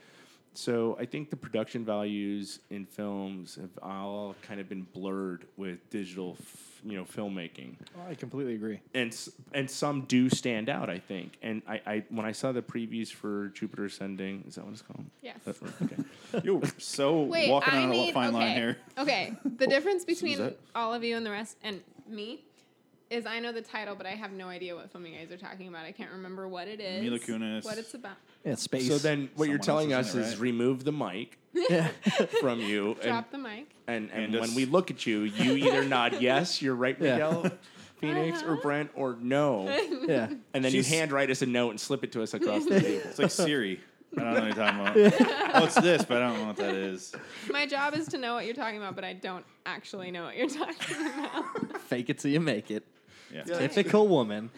So I think the production values in films have all kind of been blurred with digital, f- you know, filmmaking I completely agree. and s- and some do stand out. I think, and I, I when I saw the previews for Jupiter Ascending, is that what it's called? Yes. Uh, okay. You're so Wait, walking I on need, a fine okay. line here. Okay. The difference between that? all of you and the rest and me is I know the title, but I have no idea what film you guys are talking about. I can't remember what it is. Mila Kunis. What it's about. Yeah, space. So then, what you're Someone telling else us is in it, is right? remove the mic yeah. from you, and Drop the mic. and, And and, us. when we look at you, you either nod yes, you're right, Yeah. Miguel, Phoenix, or Uh-huh. Brent, or no, yeah. and then She's- you handwrite us a note and slip it to us across the table. It's like Siri. I don't know what you're talking about. What's this? But I don't know what that is. My job is to know what you're talking about, but I don't actually know what you're talking about. Fake it till you make it. Yeah. Typical woman.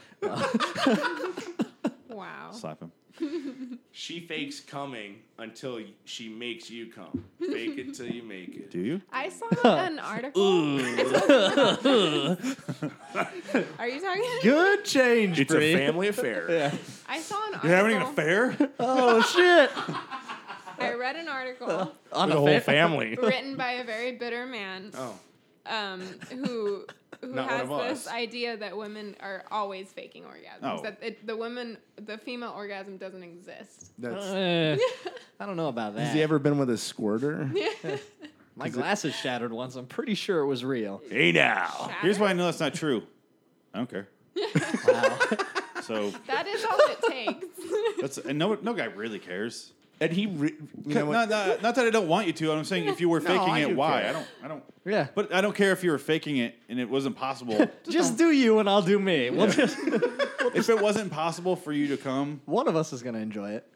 Wow. Slap him. She fakes coming until y- she makes you come. Fake it till you make it. Do you? I saw an article. Are you talking? Good change, It's a family affair. I saw an article. You're having an affair? Oh shit! I read an article On The whole family. written by a very bitter man Oh, um, who who Not has one of this us. idea that women are always faking orgasms. Oh. That it, the women, the female orgasm doesn't exist. that's. Uh, I don't know about that. Has he ever been with a squirter? My glasses shattered once. I'm pretty sure it was real. Hey now. Here's why I know that's not true. I don't care. So That is all it takes. that's and no no guy really cares. And he, re- you know not, what? not, not that I don't want you to. I'm saying if you were faking I it, do why? care. I don't. I don't. Yeah. But I don't care if you were faking it and it wasn't possible. Just do you and I'll do me. We'll just, if it wasn't possible for you to come, one of us is gonna enjoy it.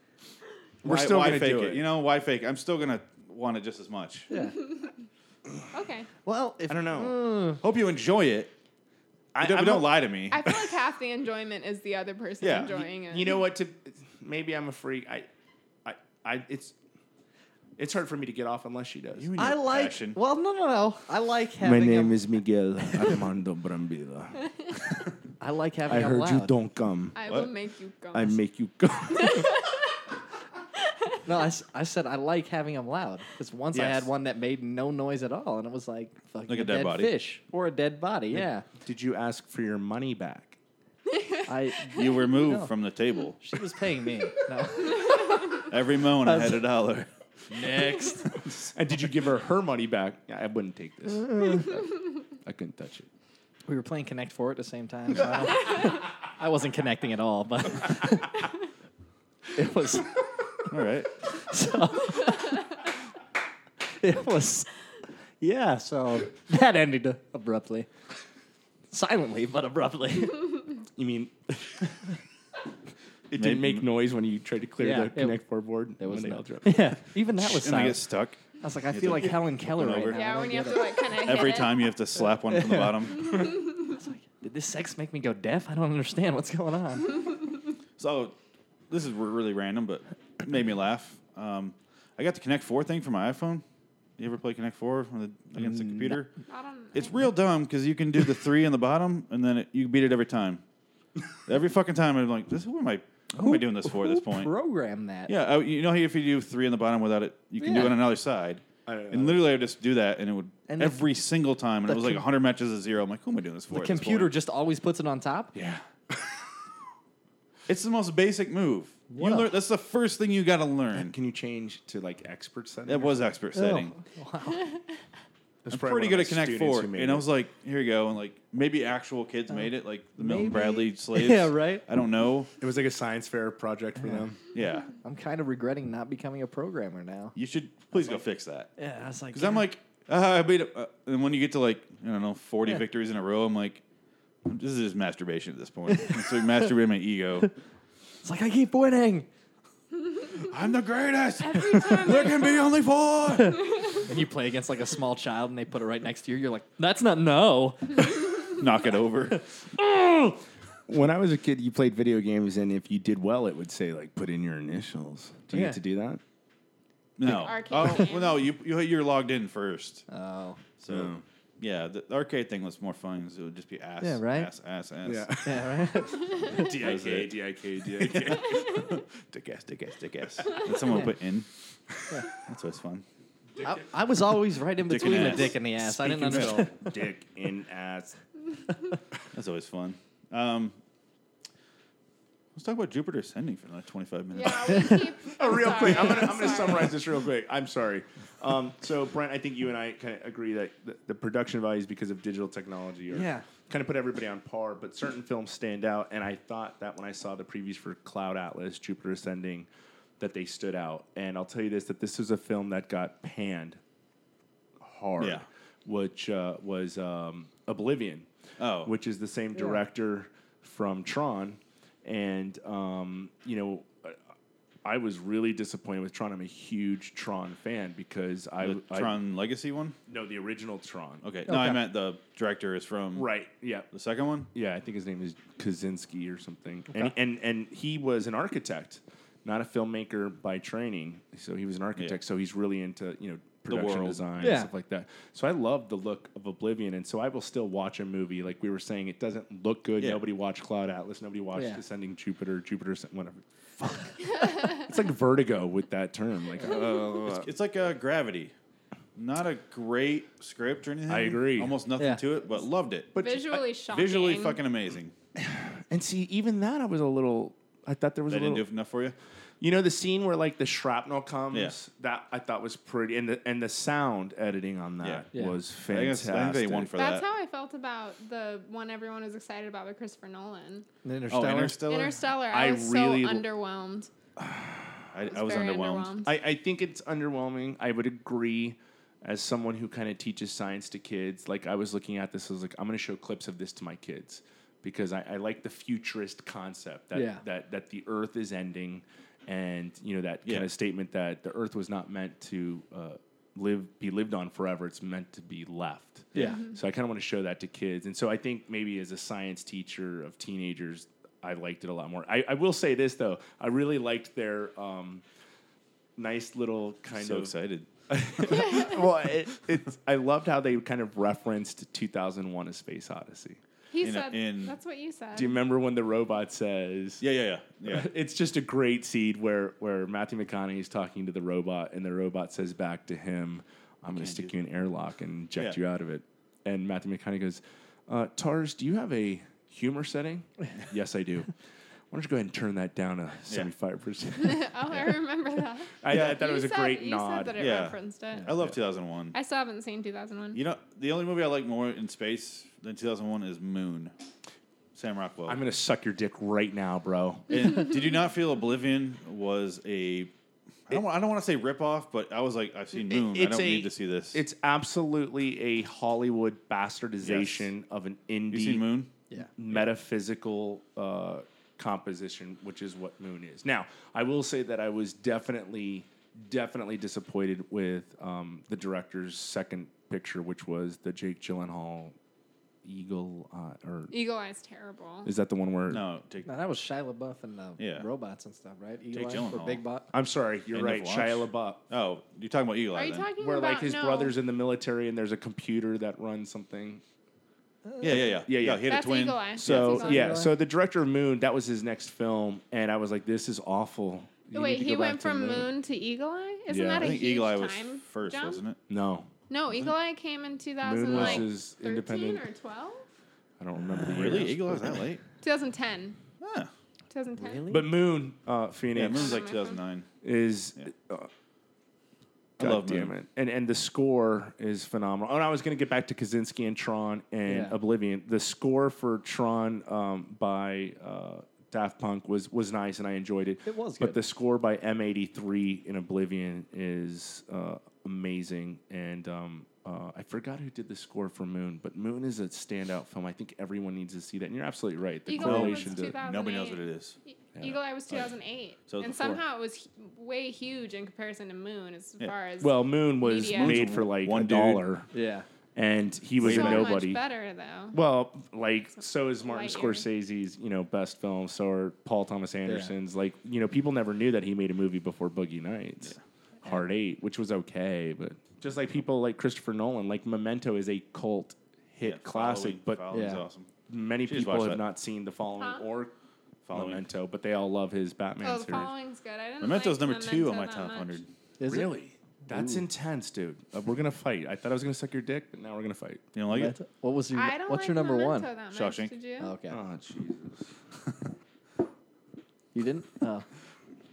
we're why, still why gonna fake do it. it. You know why fake? it? I'm still gonna want it just as much. okay. Well, if I don't know. Hope you enjoy it. I, Don't, I'm don't a- lie to me. I feel like half the enjoyment is the other person Yeah. enjoying it. You know what? To maybe I'm a freak. I, I, I. It's, it's hard for me to get off unless she does. You and I your like. passion. Well, no, no, no. I like having. a, is Miguel Armando Brambila. I like having. a loud. don't come. I will What? make you go. make you come. No, I, s- I said I like having them loud because once I Yes. had one that made no noise at all, and it was like fucking Like a, a dead dead body. fish or a dead body. Yeah, Did you ask for your money back? I. You were moved No. from the table. She was paying me. No. Every moan, I had a dollar. Next. And did you give her her money back? Yeah, I wouldn't take this. I couldn't touch it. We were playing Connect Four at the same time. So I, don't- I wasn't connecting at all, but it was All right. it was yeah. So that ended abruptly, silently but abruptly. You mean it Maybe- didn't make noise when you tried to clear Yeah, the it- Connect Four board? There was when they no all dropped. Yeah, even that was And I get silent. stuck. I was like, I feel like Helen Keller right over. now. I yeah, don't when you get have it. to like kind of Every hit time you have to slap one from the bottom. Did this sex make me go deaf? I don't understand what's going on. So this is re- really random, but it made me laugh. Um, I got the Connect Four thing for my iPhone. You ever play Connect Four on the, against the computer? It. I don't. It's real dumb because you can do the three on the bottom and then it, you beat it every time. Every fucking time I'm like, this who am I? Who am I doing this for at this point? Program that. yeah, oh, you know how if you do three on the bottom without it, you can do Yeah. it on another side. I don't know. And literally, I would just do that, and it would And the- every single time, and the it was like com- 100 matches to zero. I'm like, who am I doing this for? The at this computer point? just always puts it on top. Yeah. it's the most basic move. You Wow. learn, that's the first thing you got to learn. Can you change to like expert setting? That was expert setting. That's probably Pretty good one at of my Connect students Four. who made And I was like, here you go. And like, maybe actual kids made it, like the Milton Uh, maybe. Bradley slaves. Yeah, right. I don't know. it. it was like a science fair project for them. Yeah. I'm kind of regretting not becoming a programmer now. You should please go fix that. Yeah, I was like, Because I'm like, ah, I beat it. Uh, and when you get to like, I don't know, 40 victories in a row, I'm like, this is just masturbation at this point. it's like masturbating my ego. it's like I keep winning, I'm the greatest. Every time There can be only four. and you play against like a small child, and they put it right next to you. You're like, that's not no. Knock it over. When I was a kid, you played video games, and if you did well, it would say like put in your initials. Do you Yeah. get to do that? No. arcade oh, well, game. no, you, you, you're logged in first. Oh, So yeah, the arcade thing was more fun 'cause it would just be ass, Yeah, right? ass, ass, ass. yeah, right. DIK, it. DIK, DIK. Dick ass, dick ass, dick ass. And someone put in. That's always fun. I, I was always right in Dick and between the ass. dick and the ass. I didn't Speaking understand. Dick in ass. That's always fun. Um, let's talk about Jupiter ascending for another 25 minutes. yeah, we keep. Oh, real sorry, quick, I'm gonna, I'm I'm gonna sorry. summarize this real quick. I'm sorry. Um, so Brent, I think you and I kind of agree that the, the production values because of digital technology are Yeah. kind of put everybody on par, but certain films stand out. And I thought that when I saw the previews for Cloud Atlas, Jupiter Ascending, that they stood out. And I'll tell you this: that this is a film that got panned hard, Yeah. which uh, was um, Oblivion, Oh. which is the same director from Tron, and um, you know I was really disappointed with Tron. I'm a huge Tron fan because I, The I Tron Legacy one? no the original Tron. Okay. No, I meant the director is from Right. Yeah. the second one. Yeah, I think his name is Kaczynski or something. And, and and he was an architect, not a filmmaker by training. So he was an architect. Yeah. So he's really into you know production world. design Yeah. and stuff like that. So I love the look of Oblivion, and so I will still watch a movie. Like we were saying, it doesn't look good. Yeah. Nobody watched Cloud Atlas. Nobody watched Yeah. Descending Jupiter. Jupiter, Ascend- whatever. Fuck. it's like vertigo with that term. Like, uh, It's like uh, Gravity. Not a great script or anything. I agree. Almost nothing Yeah. to it, but loved it. But Visually shocking. visually fucking amazing. and see, even that I was a little. I thought there was That a little. didn't do enough for you. You know the scene where like the shrapnel comes. Yeah. That I thought was pretty, and the and the sound editing on that Yeah. Yeah. was I, think fantastic. that's- I think they won for That's that. how I felt about the one everyone was excited about with Christopher Nolan. oh, Interstellar. Interstellar. Interstellar. I I was really so l- underwhelmed. I, It's I was very underwhelmed. I, I think it's underwhelming. I would agree. As someone who kind of teaches science to kids, like I was looking at this, I was like, I'm going to show clips of this to my kids because I, I like the futurist concept that Yeah. that that the Earth is ending, and you know that Yeah. kind of statement that the Earth was not meant to uh, live be lived on forever. It's meant to be left. Yeah. So I kind of want to show that to kids. And so I think maybe as a science teacher of teenagers, I liked it a lot more. I, I will say this though, I really liked their um, nice little kind so of. excited. well, it, it's, I loved how they kind of referenced 2001: A Space Odyssey. He In a- said, in- "That's what you said." Do you remember when the robot says? Yeah, yeah, yeah. yeah. it's just a great seed where where Matthew McConaughey is talking to the robot, and the robot says back to him, "I'm going to stick you in an airlock and inject Yeah. you out of it." And Matthew McConaughey goes, uh, "Tars, do you have a humor setting?" yes, I do. Why don't you go ahead and turn that down to seventy five percent? oh, I remember that. I Yeah. thought it You was a said- great you nod. said that it Yeah. referenced it. I love 2001. I still haven't seen 2001. You know, the only movie I like more in space than 2001 is Moon. Sam Rockwell. I'm going to suck your dick right now, bro. And did you not feel Oblivion was a? I don't, wa- I don't want to say ripoff, but I was like, I've seen Moon. I it's don't a- need to see this. It's absolutely a Hollywood bastardization of an indie you seen Moon? Yeah. metaphysical uh, composition, which is what Moon is. Now, I will say that I was definitely, definitely disappointed with um, the director's second picture, which was the Jake Gyllenhaal Eagle, uh, or Eagle Eye's terrible. is that the one where? No, take, No, that was Shia LaBeouf and the Yeah. robots and stuff, right? Eli or Gyllenhaal. Big Bot. I'm sorry, you're End of right. Shia Watch? LaBeouf. Oh, you're talking about Eagle Are Eye? you then. talking Where about like his no. brother's in the military and there's a computer that runs something. yeah, yeah, yeah, Yeah, yeah. He had That's a twin. Eagle Eye. So That's Eagle Eye. yeah, so the director of Moon, that was his next film, and I was like, this is awful. You Wait, need to he go back went to from moon. to Eagle Eye. Isn't Yeah. that a I think huge Eagle Eye was time first, jump? wasn't it? No, No, Eagle Eye came in 2000, was like, his 13 independent- or 12? I don't remember the year. Really, Eagle Eye's that late? 2010. Huh. 2010. But Moon, uh, Phoenix Yeah, Moon's like my 2009. is. Uh, I love damn Moon. it. And and the score is phenomenal. And I was going to get back to Kaczynski and Tron and Yeah. Oblivion. The score for Tron um, by uh, Daft Punk was was nice, and I enjoyed it. It was but good. the score by M83 in Oblivion is uh, amazing. And um, uh, I forgot who did the score for Moon, but Moon is a standout film. I think everyone needs to see that. And you're absolutely right. The Eagle Eye was correlation to 2008. Nobody knows what it is. E- Eagle Eye was 2008. So and it's before. somehow it was hu- way huge in comparison to Moon as Yeah. far as well, Moon was Media. Moon's made for like one one dude. dollar. Yeah. and he was so a nobody. much better, though. Well, like so is Martin Lightyear. Scorsese's, you know, best film. So are Paul Thomas Anderson's. Like you know, people never knew that he made a movie before Boogie Nights, Hard Eight, which was okay, but just like people like Christopher Nolan, like Memento is a cult hit Yeah, classic, Following- but Following's Yeah. awesome. many She's people watched have that. not seen The Following Huh? or Following. Memento, but they all love his Batman oh, the series. following's good. I didn't Memento's like number two on Memento my that top much. 100. Is it? Really? That's intense, dude. Uh, we're gonna fight. I thought I was gonna suck your dick, but now we're gonna fight. You don't like it? Memento? What was your? I don't what's like your number Memento one? That much, Shawshank. Did you? Oh, okay. Oh Jesus! You didn't? Oh.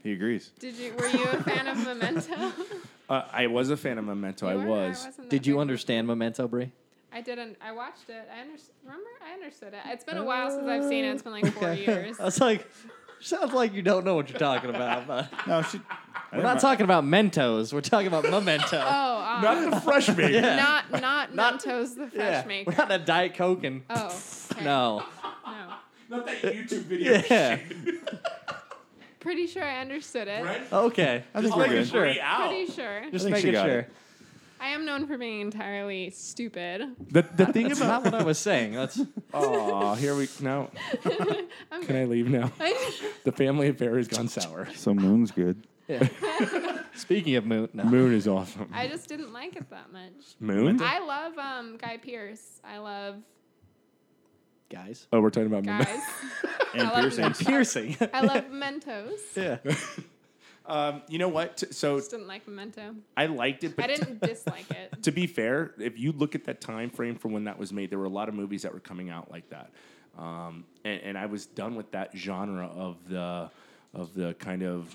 He agrees. Did you? Were you a fan of Memento? Uh, I was a fan of Memento. I You were? was. wasn't that Did you big. understand Memento, Brie? I didn't. I watched it. I under, remember. I understood it. It's been a while since I've seen it. It's been like four years. I was like, sounds like you don't know what you're talking about. But No, she. we're not talking about Mentos. We're talking about Oh, Memento. uh, Not the freshman. not not Mentos the fresh yeah. We're maker. not a Diet Coke and Oh okay. no. no. Not that YouTube video. Yeah. pretty sure I understood it. Okay. I think Just like we're a good. three out. Pretty Oh. sure. Just think she making got sure. it. I am known for being entirely stupid. The, the thing That's not about what I was saying. That's oh, here we no. Can I leave now? The family affair has gone sour. So Moon's good. speaking of moon. No. Moon is awesome. I just didn't like it that much. Moon? I love um, Guy Pierce. I love guys. Oh, we're talking about Moon. guys. And I love piercings. Piercing. I love Mentos. yeah. Um, you know what? T- So Just didn't like Memento. I liked it, but I didn't dislike it. to be fair, if you look at that time frame from when that was made, there were a lot of movies that were coming out like that, um, and, and I was done with that genre of the of the kind of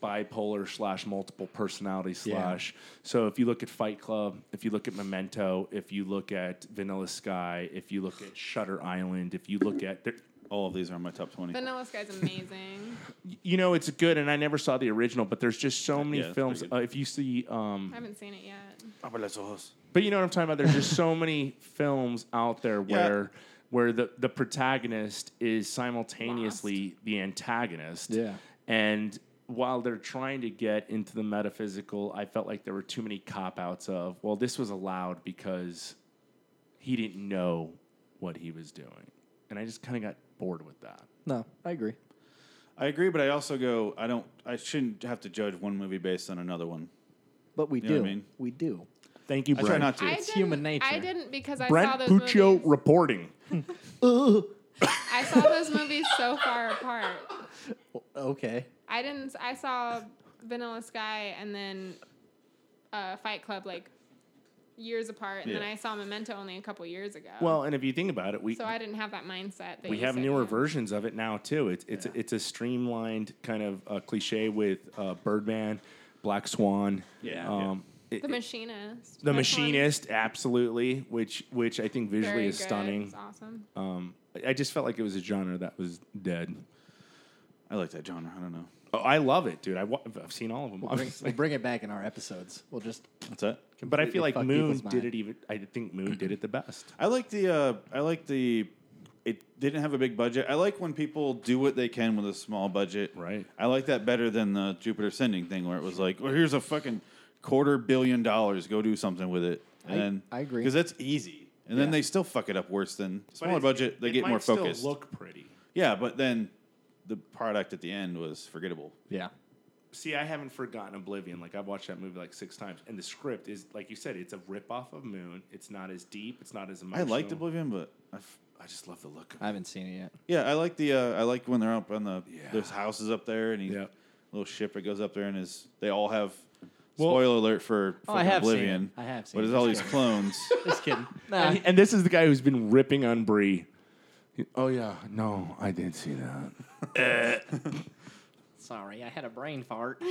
bipolar slash multiple personality slash. So if you look at Fight Club, if you look at Memento, if you look at Vanilla Sky, if you look at Shutter Island, if you look at there, All of these are in my top 20. Vanilla Sky's amazing. you know it's good, and I never saw the original, but there's just so many Yeah, it's films. pretty Uh, good. if you see. Um, I haven't seen it yet. But you know what I'm talking about? There's just so many films out there where where the, the protagonist is simultaneously the antagonist. Yeah. And while they're trying to get into the metaphysical, I felt like there were too many cop outs of, well, this was allowed because he didn't know what he was doing. And I just kind of got bored with that. No, I agree. I agree, but I also go, I don't, I shouldn't have to judge one movie based on another one. But we You know do. what I mean? We do. Thank you, I Brent. try not to. I I, didn't, human I nature. didn't because I saw Brent those Puccio movies. reporting. I saw those movies so far apart. Okay. I didn't. I saw Vanilla Sky and then uh, Fight Club like years apart, and then Yeah. I saw Memento only a couple years ago. Well, and if you think about it, we so I didn't have that mindset. That we you have said newer you had. versions of it now too. It's it's it's a streamlined kind of uh, cliche with uh, Birdman, Black Swan, Yeah. um, it- The it- Machinist. Which The one? Machinist, absolutely, which which I think visually Very is good. stunning. It's awesome. Um, I I just felt like it was a genre that was dead. like that genre. I don't know. Oh, I love it, dude. I wa- I've seen all of them, Bring, obviously. we'll bring it back in our episodes. We'll just. What's that? but I completely feel like fuck Moon people's mind. did it even. I think Moon did it the best. I like the, uh, I like the, it didn't have a big budget. I like when people do what they can with a small budget. Right. I like that better than the Jupiter Sending thing where it was like, well, here's a fucking quarter billion dollars. Go do something with it. And I- then, I agree. Because that's easy. And then they still fuck it up worse than smaller budget. They It get might more still focused. look pretty. yeah, but then the product at the end was forgettable. Yeah. See, I haven't forgotten Oblivion. Like I've watched that movie like six times, and the script is like you said, it's a ripoff of Moon. It's not as deep. It's not as I emotional. liked Oblivion, but I, f- I just love the look. of I haven't seen it yet. yeah, I like the uh, I like when they're up on the Yeah. there's houses up there and he Yeah. little ship that goes up there and is they all have Well- spoiler alert for Oh, I fucking have seen Oblivion. it. I have seen But it's it. all these clones. Just kidding. Nah. And, and this is the guy who's been ripping on Brie. He- Oh yeah, no, I didn't see that. Sorry, I had a brain fart.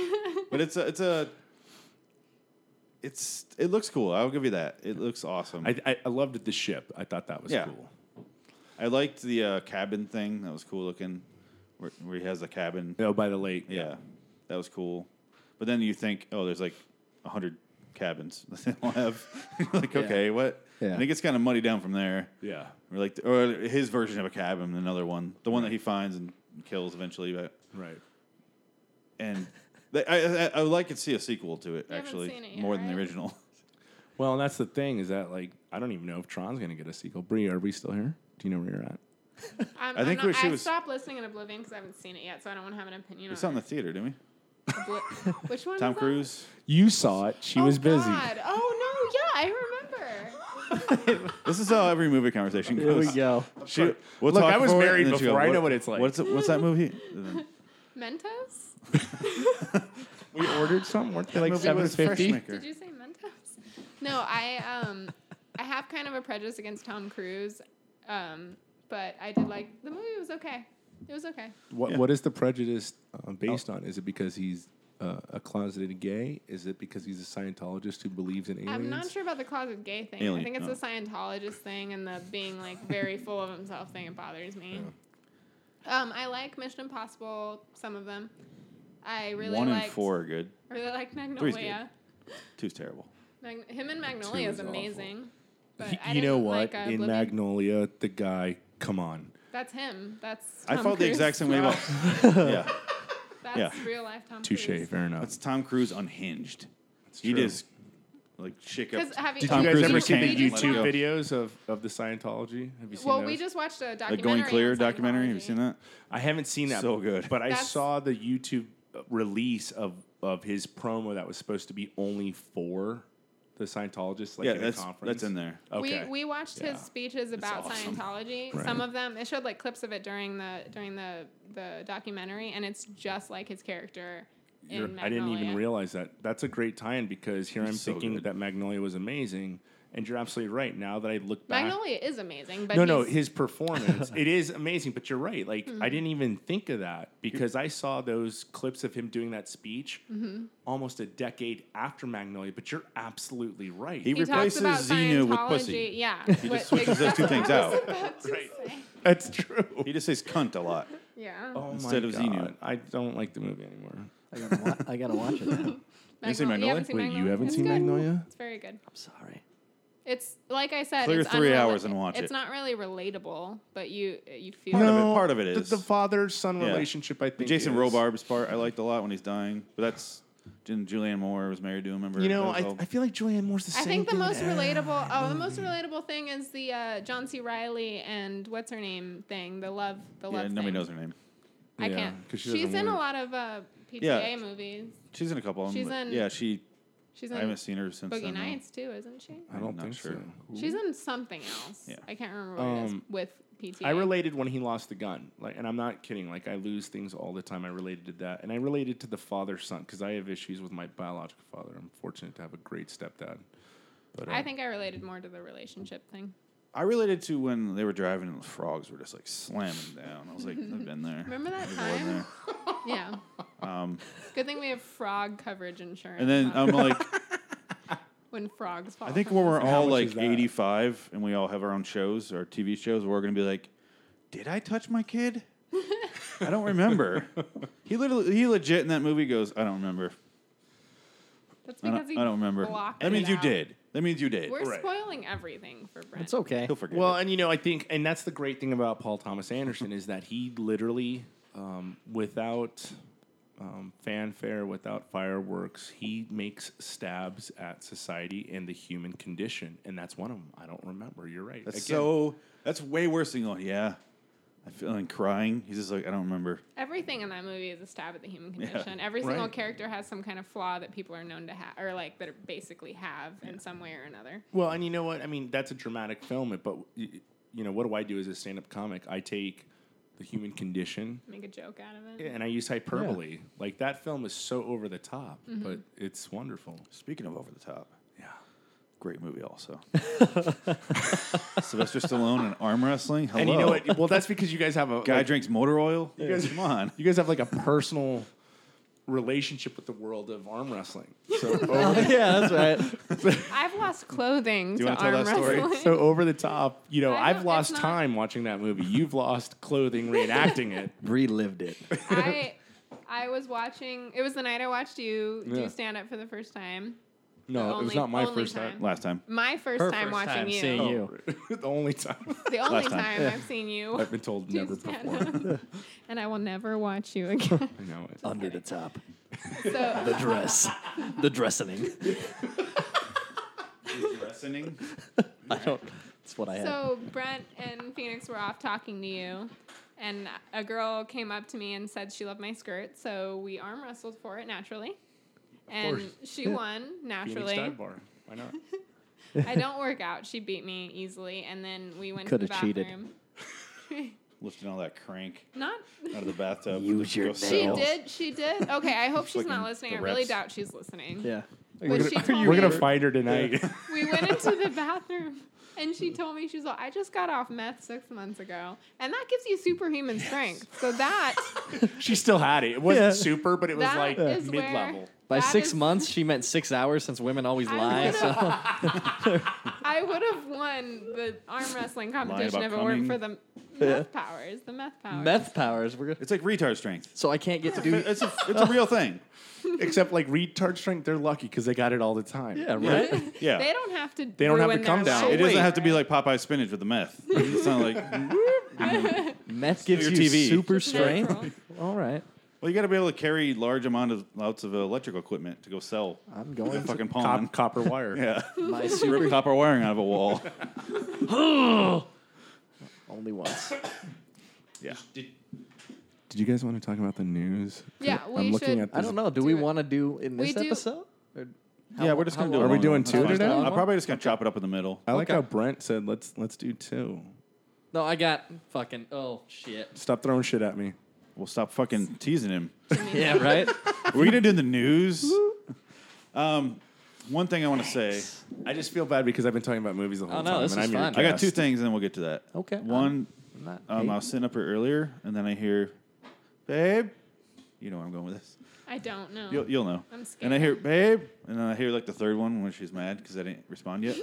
but it's a it's a it's it looks cool. I'll give you that. It looks awesome. I, I, I, I loved the ship. I thought that was Yeah. cool. liked the uh, cabin thing. That was cool looking. Where, where he has a cabin. No, Oh, by the lake. Yeah, that was cool. But then you think, oh, there's like a hundred cabins. they all have like, okay, what? Yeah. And it gets kind of muddy down from there. yeah. Or like, or his version of a cabin, another one, the one that he finds and kills eventually. But Right. and they, I, I, I would like to see a sequel to it You haven't actually, seen it yet, more than the right? original. Well, and that's the thing is that like I don't even know if Tron's gonna get a sequel. Brie, are we still here? Do you know where you're at? I'm, I I think think what she I was- stopped listening in Oblivion because I haven't seen it yet, so I don't want to have an opinion We saw it on in the it. theater, didn't we? Obli- Which one? Tom is that? Cruise. You saw it. She Oh, was busy. God. Oh no! Yeah, I remember. This is how every movie conversation goes. go. She- we'll Look, talk I was for it, married and then she'll go, before. I know what it's like." What's, what's that movie? Mentos? We ordered some. Weren't they like Movie seven was fifty? Freshmaker. Did you say Mentos? No, I um, I have kind of a prejudice against Tom Cruise, um, but I did like the movie. Was okay. It was okay. What Yeah. What is the prejudice uh, based on? Is it because he's uh, a closeted gay? Is it because he's a Scientologist who believes in aliens? I'm not sure about the closet gay thing. Alien, I think it's no. the Scientologist thing and the being like very full of himself thing. It bothers me. Um, I like Mission Impossible. Some of them. I really One liked, and four are good. I really like Three's Magnolia. Two's terrible. Magn- him and Magnolia Two is is awful. amazing. But Y- I you know didn't what? Like, uh, in Oblivion. Magnolia, the guy, come on, That's him. That's. I Tom felt the Cruise. exact same way about. yeah, That's yeah. real life Tom Touche, Cruise. fair enough. that's Tom Cruise unhinged. he true. just like shake up. Because have you, Did Tom you guys Cruise ever ever see came the and let it YouTube go? videos of, of the Scientology? Have you seen Well, those? we just watched a documentary. Like going on clear documentary. Have you Scientology. seen that? I haven't seen that. So good. But I That's- saw the YouTube uh, release of, of his promo that was supposed to be only for the Scientologists, like yeah, in that's a conference. that's in there. Uh, Okay. We, we watched Yeah. his speeches about awesome. Scientology. Right. Some of them it showed like clips of it during the during the the documentary, and it's just like his character. You're- In I didn't even Magnolia. realize that. That's a great tie-in because here I'm so thinking good. that Magnolia was amazing, and you're absolutely right. Now that I look back, Magnolia is Mm-hmm. amazing, but no, no, he's- his performance it is amazing. But you're right. Like I didn't even think of that because I saw those clips of him doing that speech Mm-hmm. almost a decade after Magnolia. But you're absolutely right. He, he talks replaces about Xenu with Scientology. pussy. Yeah, He what- just switches those two things out. right. That's true. He just says cunt a lot. yeah. Oh Instead my of God. Xenu. I don't like the movie anymore. I gotta, wa- I gotta watch it. Now. You seen Magnolia- Magnolia? haven't seen Wait, you Magnolia? haven't It's seen good. Magnolia? It's very good. I'm sorry. It's like I said, Clear it's three unrela- hours and watch It's it. not really relatable, but you you feel Part of it- it. part of it the- is. the, father son Yeah. relationship. I The think Jason is. Robarb's part I liked a lot when he's dying, but that's Jul- Julianne Moore was married to him. Remember? You know, That was I, all- I feel like Julianne Moore's the I same. think the thing most as- relatable. Oh, the most relatable thing is the uh, John C. Riley and what's her name thing. The love. The yeah, love. nobody thing. knows her name. I Yeah, can't. 'cause she She's doesn't in a work. lot of uh, PTA Yeah. movies. She's in a couple of them. She's but in- yeah, she. She's I in haven't seen her since. Boogie then, though. Nights too, isn't she? I don't not think sure. so. She's in something else. Yeah. I can't remember what Um, it is with PTA. I related when he lost the gun, like, and I'm not kidding. Like, I lose things all the time. I related to that, and I related to the father son because I have issues with my biological father. I'm fortunate to have a great stepdad. But uh, I think I related more to the relationship thing. I related to when they were driving and the frogs were just like slamming down. I was like, I've been there. Remember that I've been time? Yeah. Um, Good thing we have frog coverage insurance. and then on I'm like, when frogs fall. I think from when we're And how all much like is that? 85 and we all have our own shows, our TV shows, we're going to be like, did I touch my kid? I don't remember. he literally, he legit in that movie goes, I don't remember. That's I because don't, he I don't remember. blocked That it means you out. did. That means you did. We're Right. spoiling everything for Brent. It's okay. He'll forget. Well, it. and you know, I think, and that's the great thing about Paul Thomas Anderson is that he literally, um, without um, fanfare, without fireworks, he makes stabs at society and the human condition, and that's one of them. I don't remember. You're right. that's Again, so, that's way worse than going, yeah. I feel like crying. He's just like, I don't remember. Everything in that movie is a stab at the human condition. Every single Right. character has some kind of flaw that people are known to have, or like that are basically have in some way or another. Well, and you know what? I mean, that's a dramatic film, but y- you know, what do I do as a stand-up comic? I take the human condition Make a joke out of it. and I use hyperbole. Like that film is so over the top, Mm-hmm. but it's wonderful. Speaking of over the top, Yeah. great movie also. Sylvester Stallone and arm wrestling. Hello. And you know what? Well, that's because you guys have a Guy like, drinks motor oil. You guys- come on. You guys have like a personal relationship with the world of arm wrestling. So Oh, over, yeah, that's right. I've lost clothing Do you to wanna tell arm that story? wrestling. so over the top, you know, I I've don't- lost it's not- time watching that movie. You've lost clothing reenacting it. Relived it. I I was watching. It was the night I watched you Yeah. do stand up for the first time. No, The it was only- not my only first time. time. Last time. My first Her time first watching time you. seeing you. the only time The only Last time, time. I've seen you. I've been told do never stand perform. up. and I will never watch you again. I know it. Under the top. so The dress. the dressing. I don't. That's what I had. So Brent and Phoenix were off talking to you, and a girl came up to me and said she loved my skirt, so we arm wrestled for it naturally. And course. she won Phoenix naturally. dive bar. Why not? I don't work out. She beat me easily, and then we went to Coulda the cheated. bathroom. Lifting all that crank Not. out of the bathtub. Use your Just go She Oh. nails. sell. did. She did. Okay. I hope she's not Fucking listening. the I really reps. doubt she's listening. yeah. But she told We're me- gonna find her tonight. we went into the bathroom and she told me she was like, I just got off meth six months ago. And that gives you superhuman strength. So that she still had it. It wasn't Yeah. super, but it was That like is mid where- level. By that six is- months, she meant six hours since women always I lie. would've- So I would have won the arm wrestling competition about if it weren't coming. for the meth powers. The meth powers. meth powers. We're good. It's like retard strength. So I can't get to do. It's a, it's a real thing. Except like retard strength, they're lucky because they got it all the time. Yeah, right? Yeah. They don't have to. don't have to ruin come their down. life it doesn't have to for be like Popeye spinach with the meth. It's not like Meth gives your you TV. super It's natural. strength. All right. Well, you got to be able to carry large amount of lots of electrical equipment to go sell. I'm to the going to fucking pawn. copper wire. yeah, my rip super copper wiring out of a wall. only once. Yeah, Did you guys want to talk about the news? Yeah, I'm we looking should- at I this- don't know. Do Do we it. want to do in We this do- episode? Or how yeah. lo- We're just how gonna do. long? a Are we long doing one. two That's fine. today? I'm probably just gonna chop it up in the middle. I like Okay. how Brent said, "Let's let's do two. No, I got fucking. Oh shit. Stop throwing shit at me." We'll stop fucking teasing him. Yeah. Right. We're gonna do the news. Um, one thing I want to say. I just feel bad because I've been talking about movies the whole Oh, no, time. this and is I'm your fun. I got two guest. things, and then we'll get to that. Okay. One, I'm not um, I was hating. sitting up here earlier, and then I hear, "Babe," you know where I'm going with this. I don't know. You'll, you'll know. Oh. I'm scared. And I hear, babe. And then I hear like the third one when she's mad because I didn't respond yet.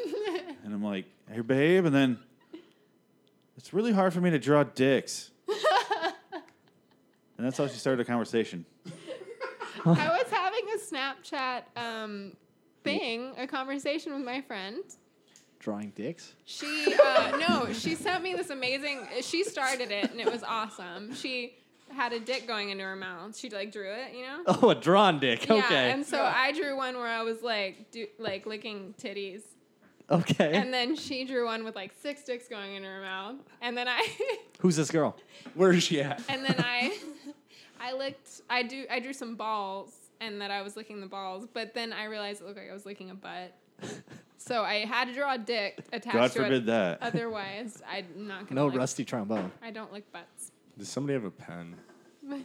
and I'm like, I hear, babe. And then it's really hard for me to draw dicks. and that's how she started a conversation. I was having a Snapchat um, thing, a conversation with my friend. drawing dicks. She uh, no, she sent me this amazing. She started it and it was awesome. She had a dick going into her mouth. She like drew it, you know. Oh, a drawn dick. Yeah, okay. and so I drew one where I was like, do, like licking titties, okay. and then she drew one with like six dicks going in her mouth, and then I, Who's this girl? Where is she at? and then I, I licked, I do, I drew some balls, and that I was licking the balls, but then I realized it looked like I was licking a butt, so I had to draw a dick attached God to forbid it. that. Otherwise, I'm not gonna. No lick- rusty trombone. I don't lick butts. Does somebody have a pen? Can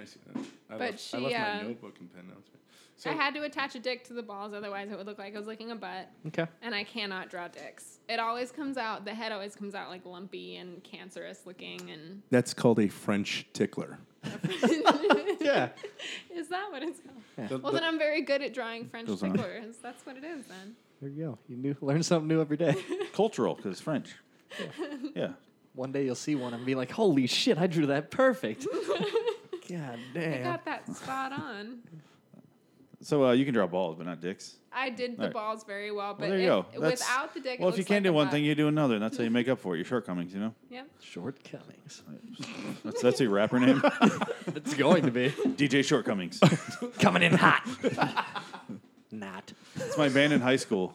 I see that? I But left, she, I left uh, my notebook and pen downstairs. So I had to attach a dick to the balls, otherwise it would look like I was licking a butt. Okay. and I cannot draw dicks. It always comes out, the head always comes out like lumpy and cancerous looking. And that's called a French tickler. Yeah. is that what it's called? The- Well, the- then I'm very good at drawing French Goes on. ticklers. That's what it is then. There you go. You knew, learn something new every day. Cultural because it's French. Yeah. One day you'll see one and be like, "Holy shit! I drew that perfect." God I damn. got that spot on. So uh, you can draw balls, but not dicks. I did the Alright. balls very well, but well, there you if- go. That's- without the dick, well, it if you looks like can't do a one butt. thing, you do another, and that's how you make up for it. Your shortcomings, you know. Yep. Shortcomings. That's that's your rapper name, It's going to be DJ Shortcomings. coming in hot. Not It's my band in high school.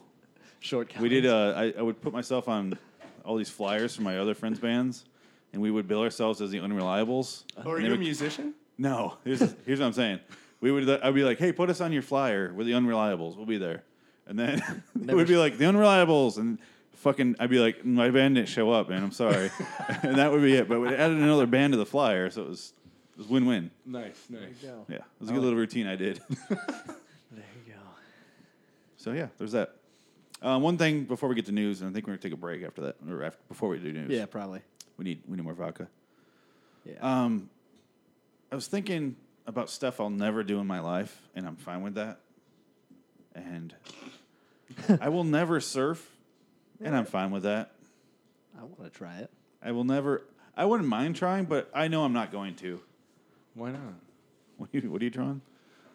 shortcomings. We did. Uh, I, I would put myself on all these flyers for my other friends' bands, and we would bill ourselves as the Unreliables. Oh, are And they you a would- musician? No, here's, here's what I'm saying. We would. uh, I'd be like, hey, put us on your flyer. We're the Unreliables. We'll be there. And then it would be like the Unreliables, and fucking, I'd be like, my band didn't show up, man. I'm sorry. and that would be it. But we added another band to the flyer, so it was it was win-win. Nice, nice. Go. Yeah, it was a good little routine I did. There you go. So yeah, there's that. Um, one thing before we get to news, and I think we're gonna take a break after that, or after, before we do news. Yeah, probably. We need we need more vodka. Yeah. Um, I was thinking about stuff I'll never do in my life, and I'm fine with that. And I will never surf, and I'm fine with that. I want to try it. I will never. I wouldn't mind trying, but I know I'm not going to. Why not? What are you, what are you drawing?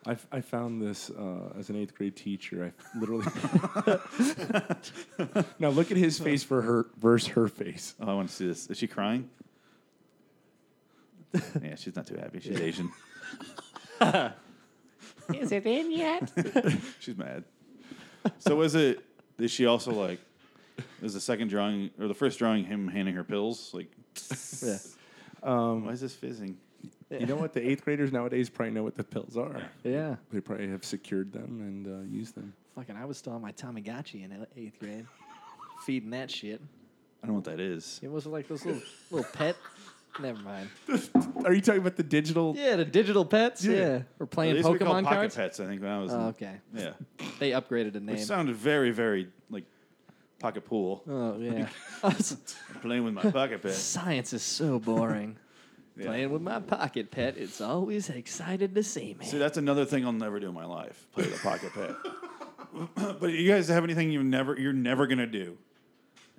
I, f- I found this uh, as an eighth grade teacher. I literally. now look at his face for her versus her face. Oh, I want to see this. Is she crying? yeah, she's not too happy. She's Asian. Is it in yet? She's mad. So was it? Is she also like? Is the second drawing or the first drawing him handing her pills? Like, Yeah. why is this fizzing? You know what? The eighth graders nowadays probably know what the pills are. Yeah. They probably have secured them and uh, used them. Fucking, I was still on my Tamagotchi in eighth grade, feeding that shit. I don't know what that is. It was like those little little pet. Never mind. Are you talking about the digital? Yeah, the digital pets. Yeah, Yeah. we're At playing least we called Pokemon pocket cards. pets. I think when I was. in- Oh, okay, Yeah, they upgraded the which name. sounded very, very like pocket pool. Oh yeah, Playing with my pocket pet. science is so boring. Yeah. Playing with my pocket pet, it's always excited to see me. See, that's another thing I'll never do in my life. Play with a pocket pet. but you guys have anything you never, you're never gonna do,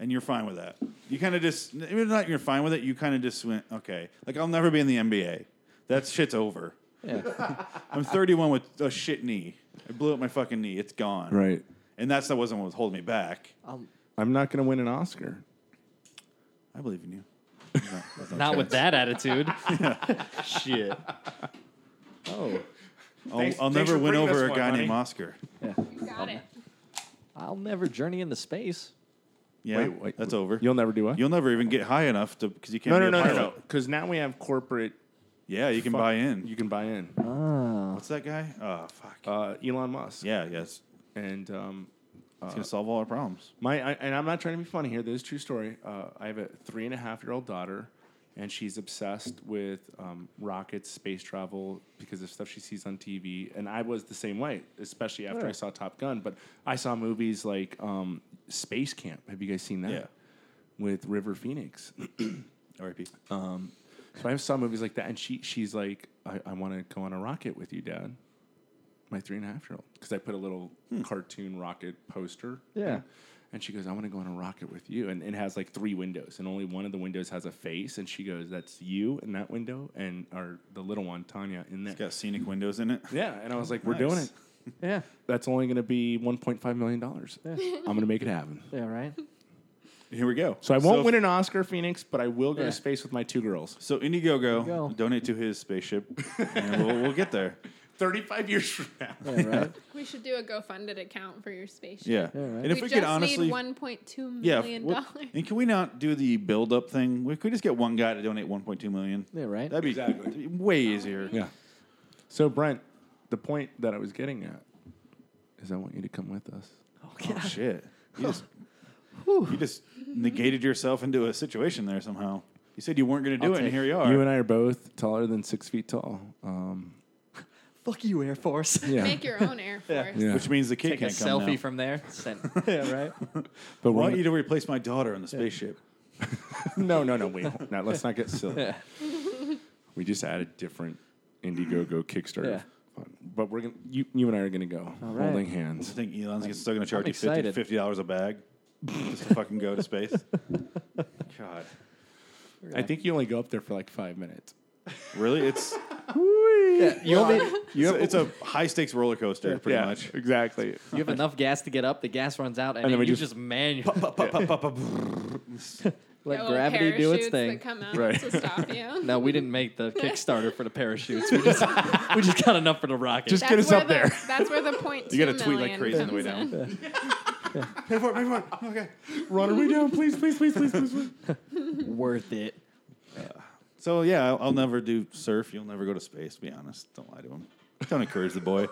and you're fine with that. You kind of just, even not you're fine with it. You kind of just went, okay. Like I'll never be in the NBA. That shit's over. Yeah. I'm 31 with a shit knee. I blew up my fucking knee. It's gone. Right. And that's that wasn't what was holding me back. Um, I'm not going to win an Oscar. I believe in you. That's Not with chance. that attitude. shit. Oh, I'll, Thanks- I'll thanks never for win bringing over us a one, guy honey. named Oscar. You got it. I'll never journey into space. Yeah, Wait, wait, that's wait. over. You'll, You'll never do what? never even get high enough to because you can't. no, be no, a no, no, pilot. no. Because now we have corporate. Yeah, you can fu- buy in. You can buy in. Oh. What's that guy? Oh fuck. Uh, Elon Musk. yeah, yes. And um, It's gonna solve all our problems. My I, and I'm not trying to be funny here. This is a true story. Uh, I have a three and a half year old daughter, and she's obsessed with um, rockets, space travel because of stuff she sees on TV. And I was the same way, especially after I saw Top Gun. But I saw movies like um, Space Camp. Have you guys seen that? Yeah. With River Phoenix. R.I.P. Uh. So I saw movies like that, and she she's like, I, I want to go on a rocket with you, Dad. My three and a half year old, because I put a little Hmm. cartoon rocket poster. Yeah. And she goes, I want to go on a rocket with you. And it has like three windows, and only one of the windows has a face. And she goes, That's you in that window, and or the little one, Tanya, in there. It's got scenic windows in it. Yeah. And I was like, We're doing Nice. it. Yeah. That's only going to be $1.5 million. I'm going to make it happen. Yeah. Right. Here we go. So I won't if- win an Oscar, Phoenix, but I will go Yeah. to space with my two girls. So Indiegogo, Go. donate to his spaceship, and we'll, we'll get there. 35 years from now. Yeah. Right. We should do a GoFunded account for your spaceship. Yeah, Yeah, right. and if we, we, just could honestly, need 1.2 yeah, million we'll- dollars. and can we not do the build-up thing? We could we just get one guy to donate 1.2 million. Yeah. Right. That'd be Exactly. way easier. Yeah. So Brent, the point that I was getting at is I want you to come with us. Oh shit! You just, you just negated yourself into a situation there somehow. You said you weren't going to do it, I'll and take- here you are. You and I are both taller than six feet tall. Um, Fuck you, Air Force. yeah. Make your own Air Force. Yeah. which means the kid Take a can't come selfie now. from there. Send- yeah. Right. but I we're want you to replace my daughter in the spaceship. no, no, no. Wait, hold- now let's not get silly. We just added different Indiegogo Kickstarter. Yeah. fund. But we're gonna you, you and I are gonna go right. holding I hands. think Elon's gonna- still going to charge you 50 excited. $50 dollars a bag just to fucking go to space. God, I think you only go up there for like five minutes. really? It's You only you have, it's a high stakes roller coaster, pretty much. exactly. you have enough gas to get up. The gas runs out, and, And then then we you just- just, manually let Oh, gravity do parachutes its thing. That come out Right. to stop you. No, we didn't make the Kickstarter for the parachutes. We just we just got enough for the rocket. Just get us where up the, there. That's where the point. You got to tweet like crazy on the way down. Pay for it, pay for it. Okay. Run away down, please, please, please, please, please. worth it. So yeah, I'll, I'll never do surf. You'll never go to space. To be honest, don't lie to him. Don't encourage the boy.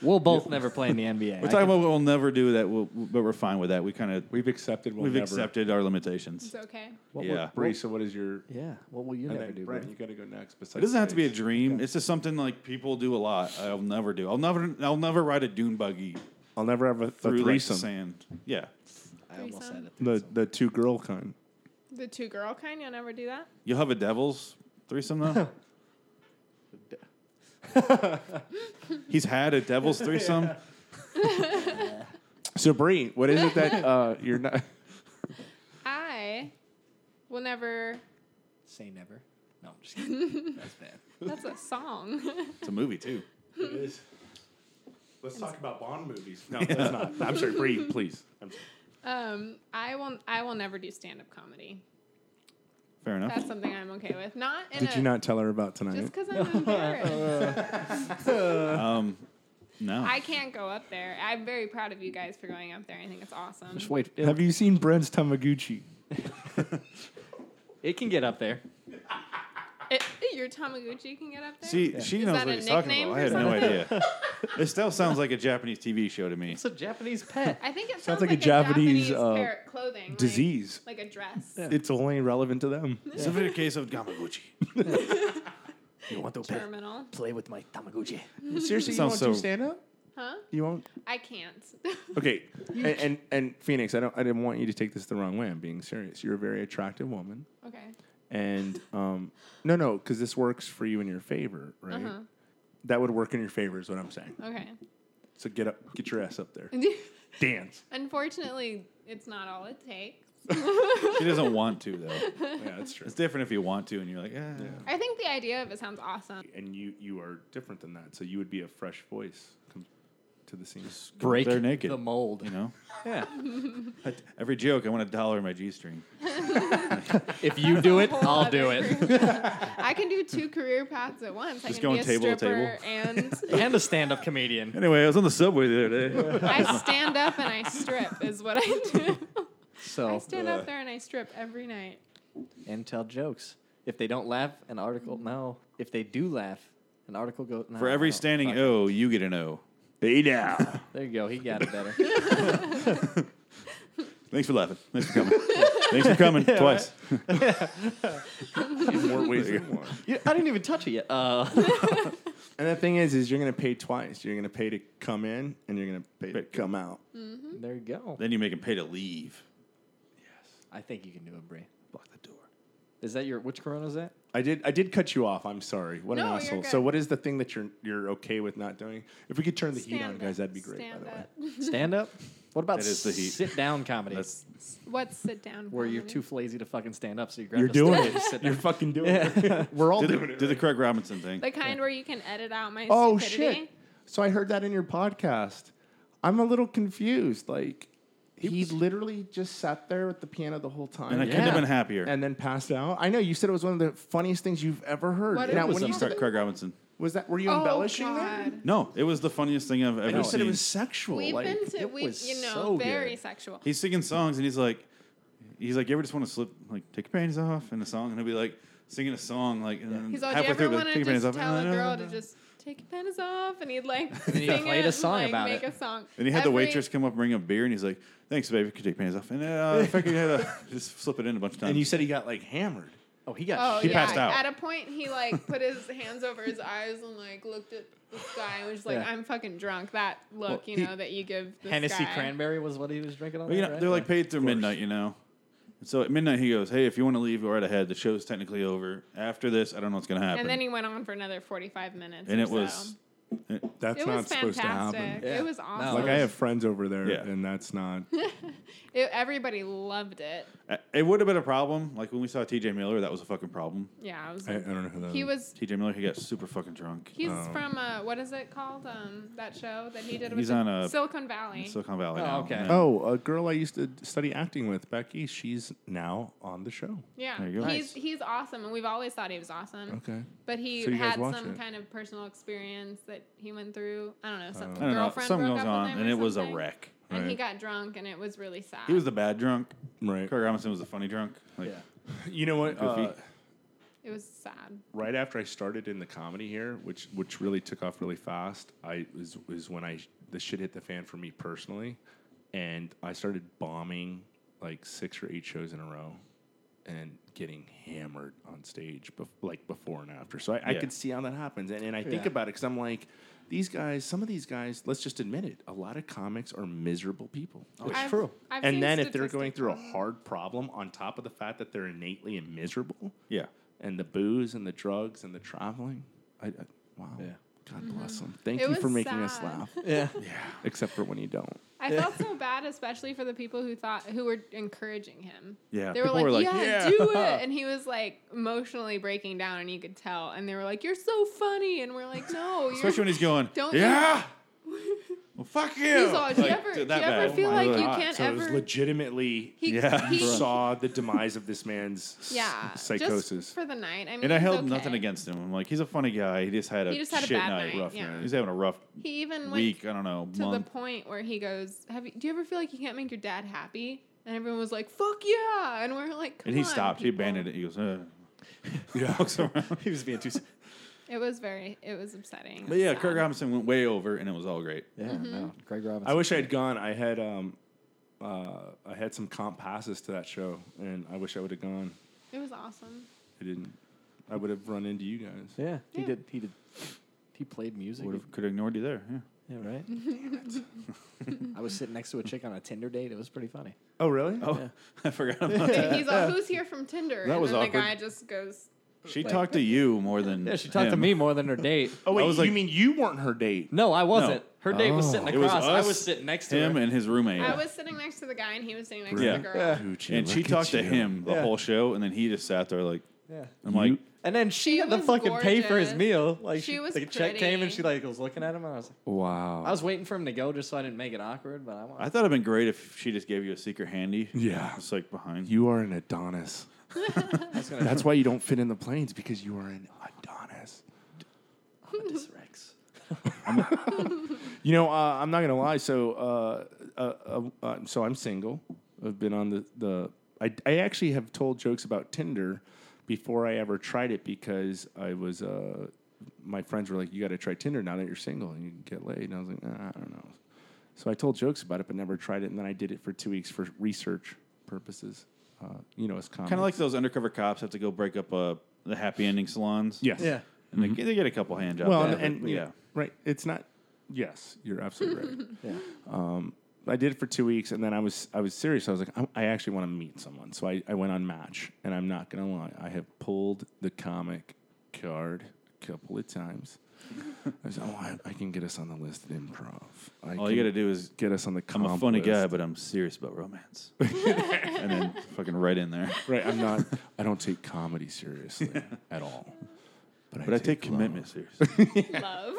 We'll both never play in the NBA. We're I talking about what we'll never do that, we'll, but we're fine with that. We kind of We've accepted. We'll we've never. accepted our limitations. It's okay. What would- yeah, Bree, so what is your can- yeah. What will you And never then, do? Brent, bro? you got to go next. it doesn't have to be a dream. It's just something like people do a lot. I'll never do. I'll never. I'll never ride a dune buggy I'll never have a through like, the threesome. sand. Yeah, I almost said it. The the two girl kind. The two girl kind, you'll never do that. you'll have a devil's threesome though. He's had a devil's threesome. So Bree, what is it that uh, you're not? I will never. Say never. No, I'm just kidding. That's bad. That's a song. It's a movie too. It is. Let's talk about Bond movies. No, that's not. I'm sorry, Bree. Please. I'm sorry. um, I will. I will never do stand up comedy. Fair enough. That's something I'm okay with. Not in Did a, you not tell her about tonight? Just because I'm embarrassed, um, no. I can't go up there. I'm very proud of you guys for going up there. I think it's awesome. Just wait. It, have you seen Brent's Tamaguchi? it can get up there. It, eh, your Tamaguchi can get up there. See, she Is knows that what a he's talking nickname about. for I had no something? idea. it still sounds like a Japanese TV show to me. It's a Japanese pet. I think it Sounds sounds, like like, a Japanese, Japanese, uh, parrot clothing like- Disease. like, a dress. It's only relevant to them. It's a very case of Gamaguchi. You want to Terminal, play with my tamaguchi? Seriously, you Sounds won't so- do stand up? huh? You won't. I can't. Okay, and, and and Phoenix, I don't. I didn't want you to take this the wrong way. I'm being serious. You're a very attractive woman. okay. and um, no, no, because this works for you in your favor, right? Uh-huh. That would work in your favor, is what I'm saying. Okay. So get up, get your ass up there, dance. Unfortunately, it's not all it takes. She doesn't want to though. yeah, that's true. It's different if you want to, and you're like, eh. I think the idea of it sounds awesome. And you, you are different than that. So you would be a fresh voice com- to the scene. They're Break naked. the mold. You know, Yeah. Every joke, I want a dollar in my G string. If you do it, whole I'll other do it. I can do two career paths at once. I Just can going be a table to stripper table. and And a stand-up comedian. Anyway, I was on the subway the other day. I stand up and I strip is what I do. I So uh, stand Oh, up there and I strip every night. and tell jokes. If they don't laugh, an article no. If they do laugh, an article goes. No, For I every don't- standing fuck. O, you get an O. Hey now. There you go. He got it better. Thanks for laughing. Thanks for coming. Thanks for coming twice. More ways than one. You- I didn't even touch it yet. Uh, And the thing is, is you're gonna pay twice. You're gonna pay to come in, and you're gonna pay to come out. there you go. Then you make him pay to leave. I think you can do it, Brie. Block the door. Is that your which Corona is that? I did. I did cut you off. I'm sorry. What an No, you're asshole. good. So, what is the thing that you're you're okay with not doing? If we could turn the heat on, Stand guys, up, that'd be great. Stand by the way, up. Stand up. What about That is the heat. sit down comedy? That's What's sit down? where you're comedy? too lazy to fucking stand up, so you grab you're a doing stick and it. just sit You're down. fucking doing it. We're all do doing the, it. do the Craig Robinson thing. The kind where you can edit out my Oh stupidity. shit! So I heard that in your podcast. I'm a little confused. Like he literally just sat there with the piano the whole time, and I and, couldn't have Yeah. been happier. then passed out. I know you said it was one of the funniest things you've ever heard. What now, was when it you about? said Craig Robinson. was that were you Oh, embellishing that? God. No, it was the funniest thing I've ever You said seen. it was sexual. We've like, been to it we was you know so very good. sexual. he's singing songs and he's like, he's like, you ever just want to slip, like, take your panties off in a song? And he'll be like, singing a song, like, and then He's all, do you halfway ever through, he'll be want like, to take your panties just off. tell a No, no, girl no, to no. just take your panties off? And he'd like then he'd sing played it, a song like, about make it. a song. And he had the Every- waitress come up and bring a beer, and he's like, "Thanks, baby. Could you take your panties off?" And uh, if I could have a, just slip it in a bunch of times. And you said he got like hammered. Oh, he got. Oh shit. yeah. passed out. At a point, he like put his hands over his eyes and like looked at the sky and was just like, Yeah. "I'm fucking drunk." That look, Well, you he- know, that you give this Hennessy guy. cranberry was what he was drinking on. Well, you that, know, right? they're like paid through midnight, you know. So at midnight, he goes, "Hey, if you want to leave, go right ahead. The show's technically over. After this, I don't know what's gonna happen." And then he went on for another 45 minutes. And or it was, so. That's it not was supposed to fantastic. happen. Yeah. It was No. awesome. Like I have friends over there, Yeah. and that's not. It- everybody loved it. it would have been a problem. Like when we saw T.J. Miller, that was a fucking problem. Yeah, it was. I, I don't know who that he uh, is. was. T.J. Miller, he got super fucking drunk. He's Oh. from uh, what is it called? Um, that show that he did with um, He's the- on a- Silicon Valley. Silicon Valley. Oh, now. okay. Yeah. Oh, a girl I used to study acting with, Becky. She's now on the show. yeah, There you go. he's he's awesome, and we've always thought he was awesome. Okay. But he So you guys had watch some it? kind of personal experience that he went through. I don't know. Some I don't know. girlfriend Something broke goes up on, with him and or it was a something, wreck. And he Right. got drunk, and it was really sad. He was the bad drunk. Right. Kirk Robinson was the funny drunk. Like, Yeah. You know what? uh, Goofy. it was sad. right after I started in the comedy here, which which really took off really fast, I was was when I the shit hit the fan for me personally, and I started bombing like six or eight shows in a row, and getting hammered on stage, bef- like before and after. So I, I Yeah. could see how that happens, and and I think Yeah. about it because I'm like. These guys, some of these guys, let's just admit it. A lot of comics are miserable people. It's I've- true. I've seen and then if they're statistics going through a on that. hard problem, on top of the fact that they're innately miserable, yeah. and the booze and the drugs and the traveling. I, I wow. Yeah. God bless them. Thank Mm-hmm. It you for was making us sad. laugh. Yeah. Except for when you don't. I felt so bad, especially for the people who thought who were encouraging him. Yeah, they were people like, were like, yeah, "Yeah." do it," and he was like emotionally breaking down, and you could tell. And they were like, "You're so funny," and we're like, "No, you're." Especially when he's going, Don't you- yeah. well, fuck you. He's all, "Do you Like, ever- that do you ever bad. feel Oh my like you God. can't so it was ever- legitimately he, Yeah. he, saw the demise of this man's s- yeah, psychosis. just for the night. I mean, And I he's held okay. nothing against him. I'm like, he's a funny guy. He just had a He just had a shit bad night. night, Rough yeah. night. He's having a rough He even went week. I don't know. to the month. point where he goes, "Have you? Do you ever feel like you can't make your dad happy?" And everyone was like, "Fuck yeah!" And we're like, Come and he on, stopped. He people." abandoned it. He goes, uh. walks around. he was being too. s- It was very, it was upsetting. Um, But yeah, Kirk Robinson went way over, and it was all great. Yeah. Mm-hmm. No. Craig Robinson. I wish I had gone. I had um uh I had some comp passes to that show and I wish I would have gone. It was awesome. I didn't. I would have run into you guys. Yeah. He Yeah. did. He did. He played music. Would have could have ignored you there. Yeah. Yeah. Right. I was sitting next to a chick on a Tinder date. It was pretty funny. Oh really? Oh, I forgot about that. And he's all, "Who's here from Tinder?" That and was then awkward. the guy just goes, She talked to you more than Yeah. She talked to him. me more than her date. Oh I wait, was you like- mean you weren't her date? No, I wasn't. Her date was sitting Oh. It was across. I us, was sitting next to Him her. and his roommate. "I was sitting next to the guy, and he was sitting next Yeah. to the girl." Yeah. Gucci, and she look at talked to you. him the Yeah. whole show, and then he just sat there like, Yeah. I'm like, And then she, She had to was fucking pay for his gorgeous. meal. Like She she, was the check came and pretty. she like was looking at him and I was like, Wow. I was waiting for him to go just so I didn't make it awkward, but I want. I thought it'd been great if she just gave you a secret handy. Yeah. It's like behind you are an Adonis. was gonna That's why you don't fit in the planes because you are an Adonis. Otis Rex. You know, uh, I'm not gonna lie. So, uh, uh, uh, uh, so I'm single. I've been on the the. I, I actually have told jokes about Tinder before I ever tried it because I was. Uh, my friends were like, "You got to try Tinder now that you're single and you can get laid." And I was like, nah, "I don't know." So I told jokes about it, but never tried it. And then I did it for two weeks for research purposes. Uh, you know, it's common. kind of like those undercover cops have to go break up uh, the happy ending salons. yes, Yeah. and they, get- they get a couple hand jobs. Well, out and, of it, and but yeah, right. It's not. Yes, you're absolutely right. yeah. Um, I did it for two weeks, and then I was I was serious. I was like, I, I actually want to meet someone, so I, I went on Match, and I'm not gonna lie, I have pulled the comic card a couple of times. I was oh, I, I can get us on the list in improv. I all you can got to do is get us on the. I'm a comp funny list." guy, but I'm serious about romance. and then fucking right in there. right? I'm not. I don't take comedy seriously at all. But I take love. commitment seriously. Love.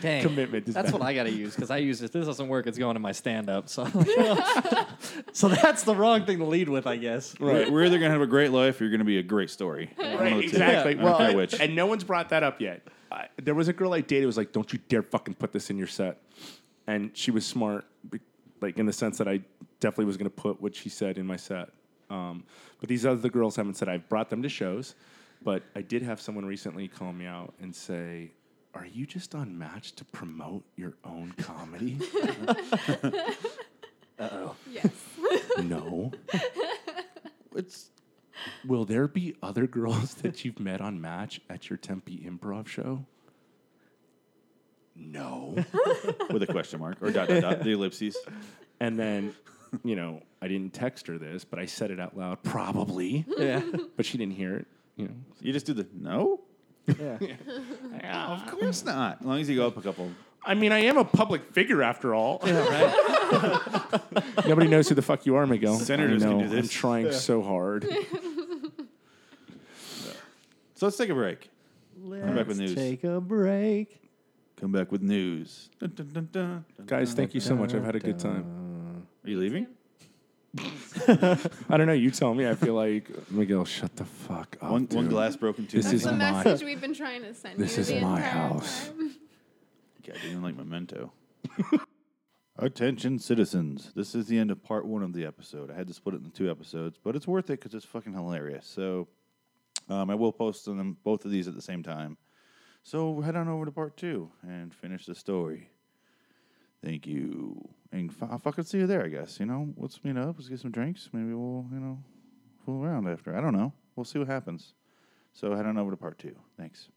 Dang. Commitment is That's what I gotta use because I use it. This doesn't work. It's going to my stand up. So, so that's the wrong thing to lead with, I guess. Right. We're either gonna have a great life, or you're gonna be a great story. One of Right, the two. exactly. I don't Well, care and- which. oh and no one's brought that up yet. I, there was a girl I dated was like, "Don't you dare fucking put this in your set," and she was smart, be- like in the sense that I definitely was going to put what she said in my set. Um, but these other girls haven't said I've brought them to shows, but I did have someone recently call me out and say. Are you just on Match to promote your own comedy? yes. no. it's Will there be other girls that you've met on Match at your Tempe improv show? No. with a question mark or dot dot dot the ellipses. And then, you know, I didn't text her this, but I said it out loud, probably. Yeah. But she didn't hear it. You know, You just do the no. Oh, Yeah. Of course not. As long as you go up a couple. I mean, I am a public figure after all. Nobody knows who the fuck you are, Miguel. Senators I can know, do this. I'm trying so hard. So let's take a break. Come back with news. Take a break. Come back with news. Dun, dun, dun, dun, dun. Guys, thank you so much. I've had a good time. Are you leaving? I don't know. You tell me. I feel like Miguel, shut the fuck up. One, one dude. glass broken, two. This That's is the my- message we've been trying to send This you is the my entire house. time. God, they didn't like Memento. Attention, citizens. This is the end of part one of the episode. I had to split it into two episodes, but it's worth it because it's fucking hilarious. So um, I will post on them both of these at the same time. So head on over to part two and finish the story. Thank you. And f- I'll fucking see you there, I guess. You know, let's meet up. Let's get some drinks. Maybe we'll, you know, fool around after. I don't know. We'll see what happens. So head on over to part two. Thanks.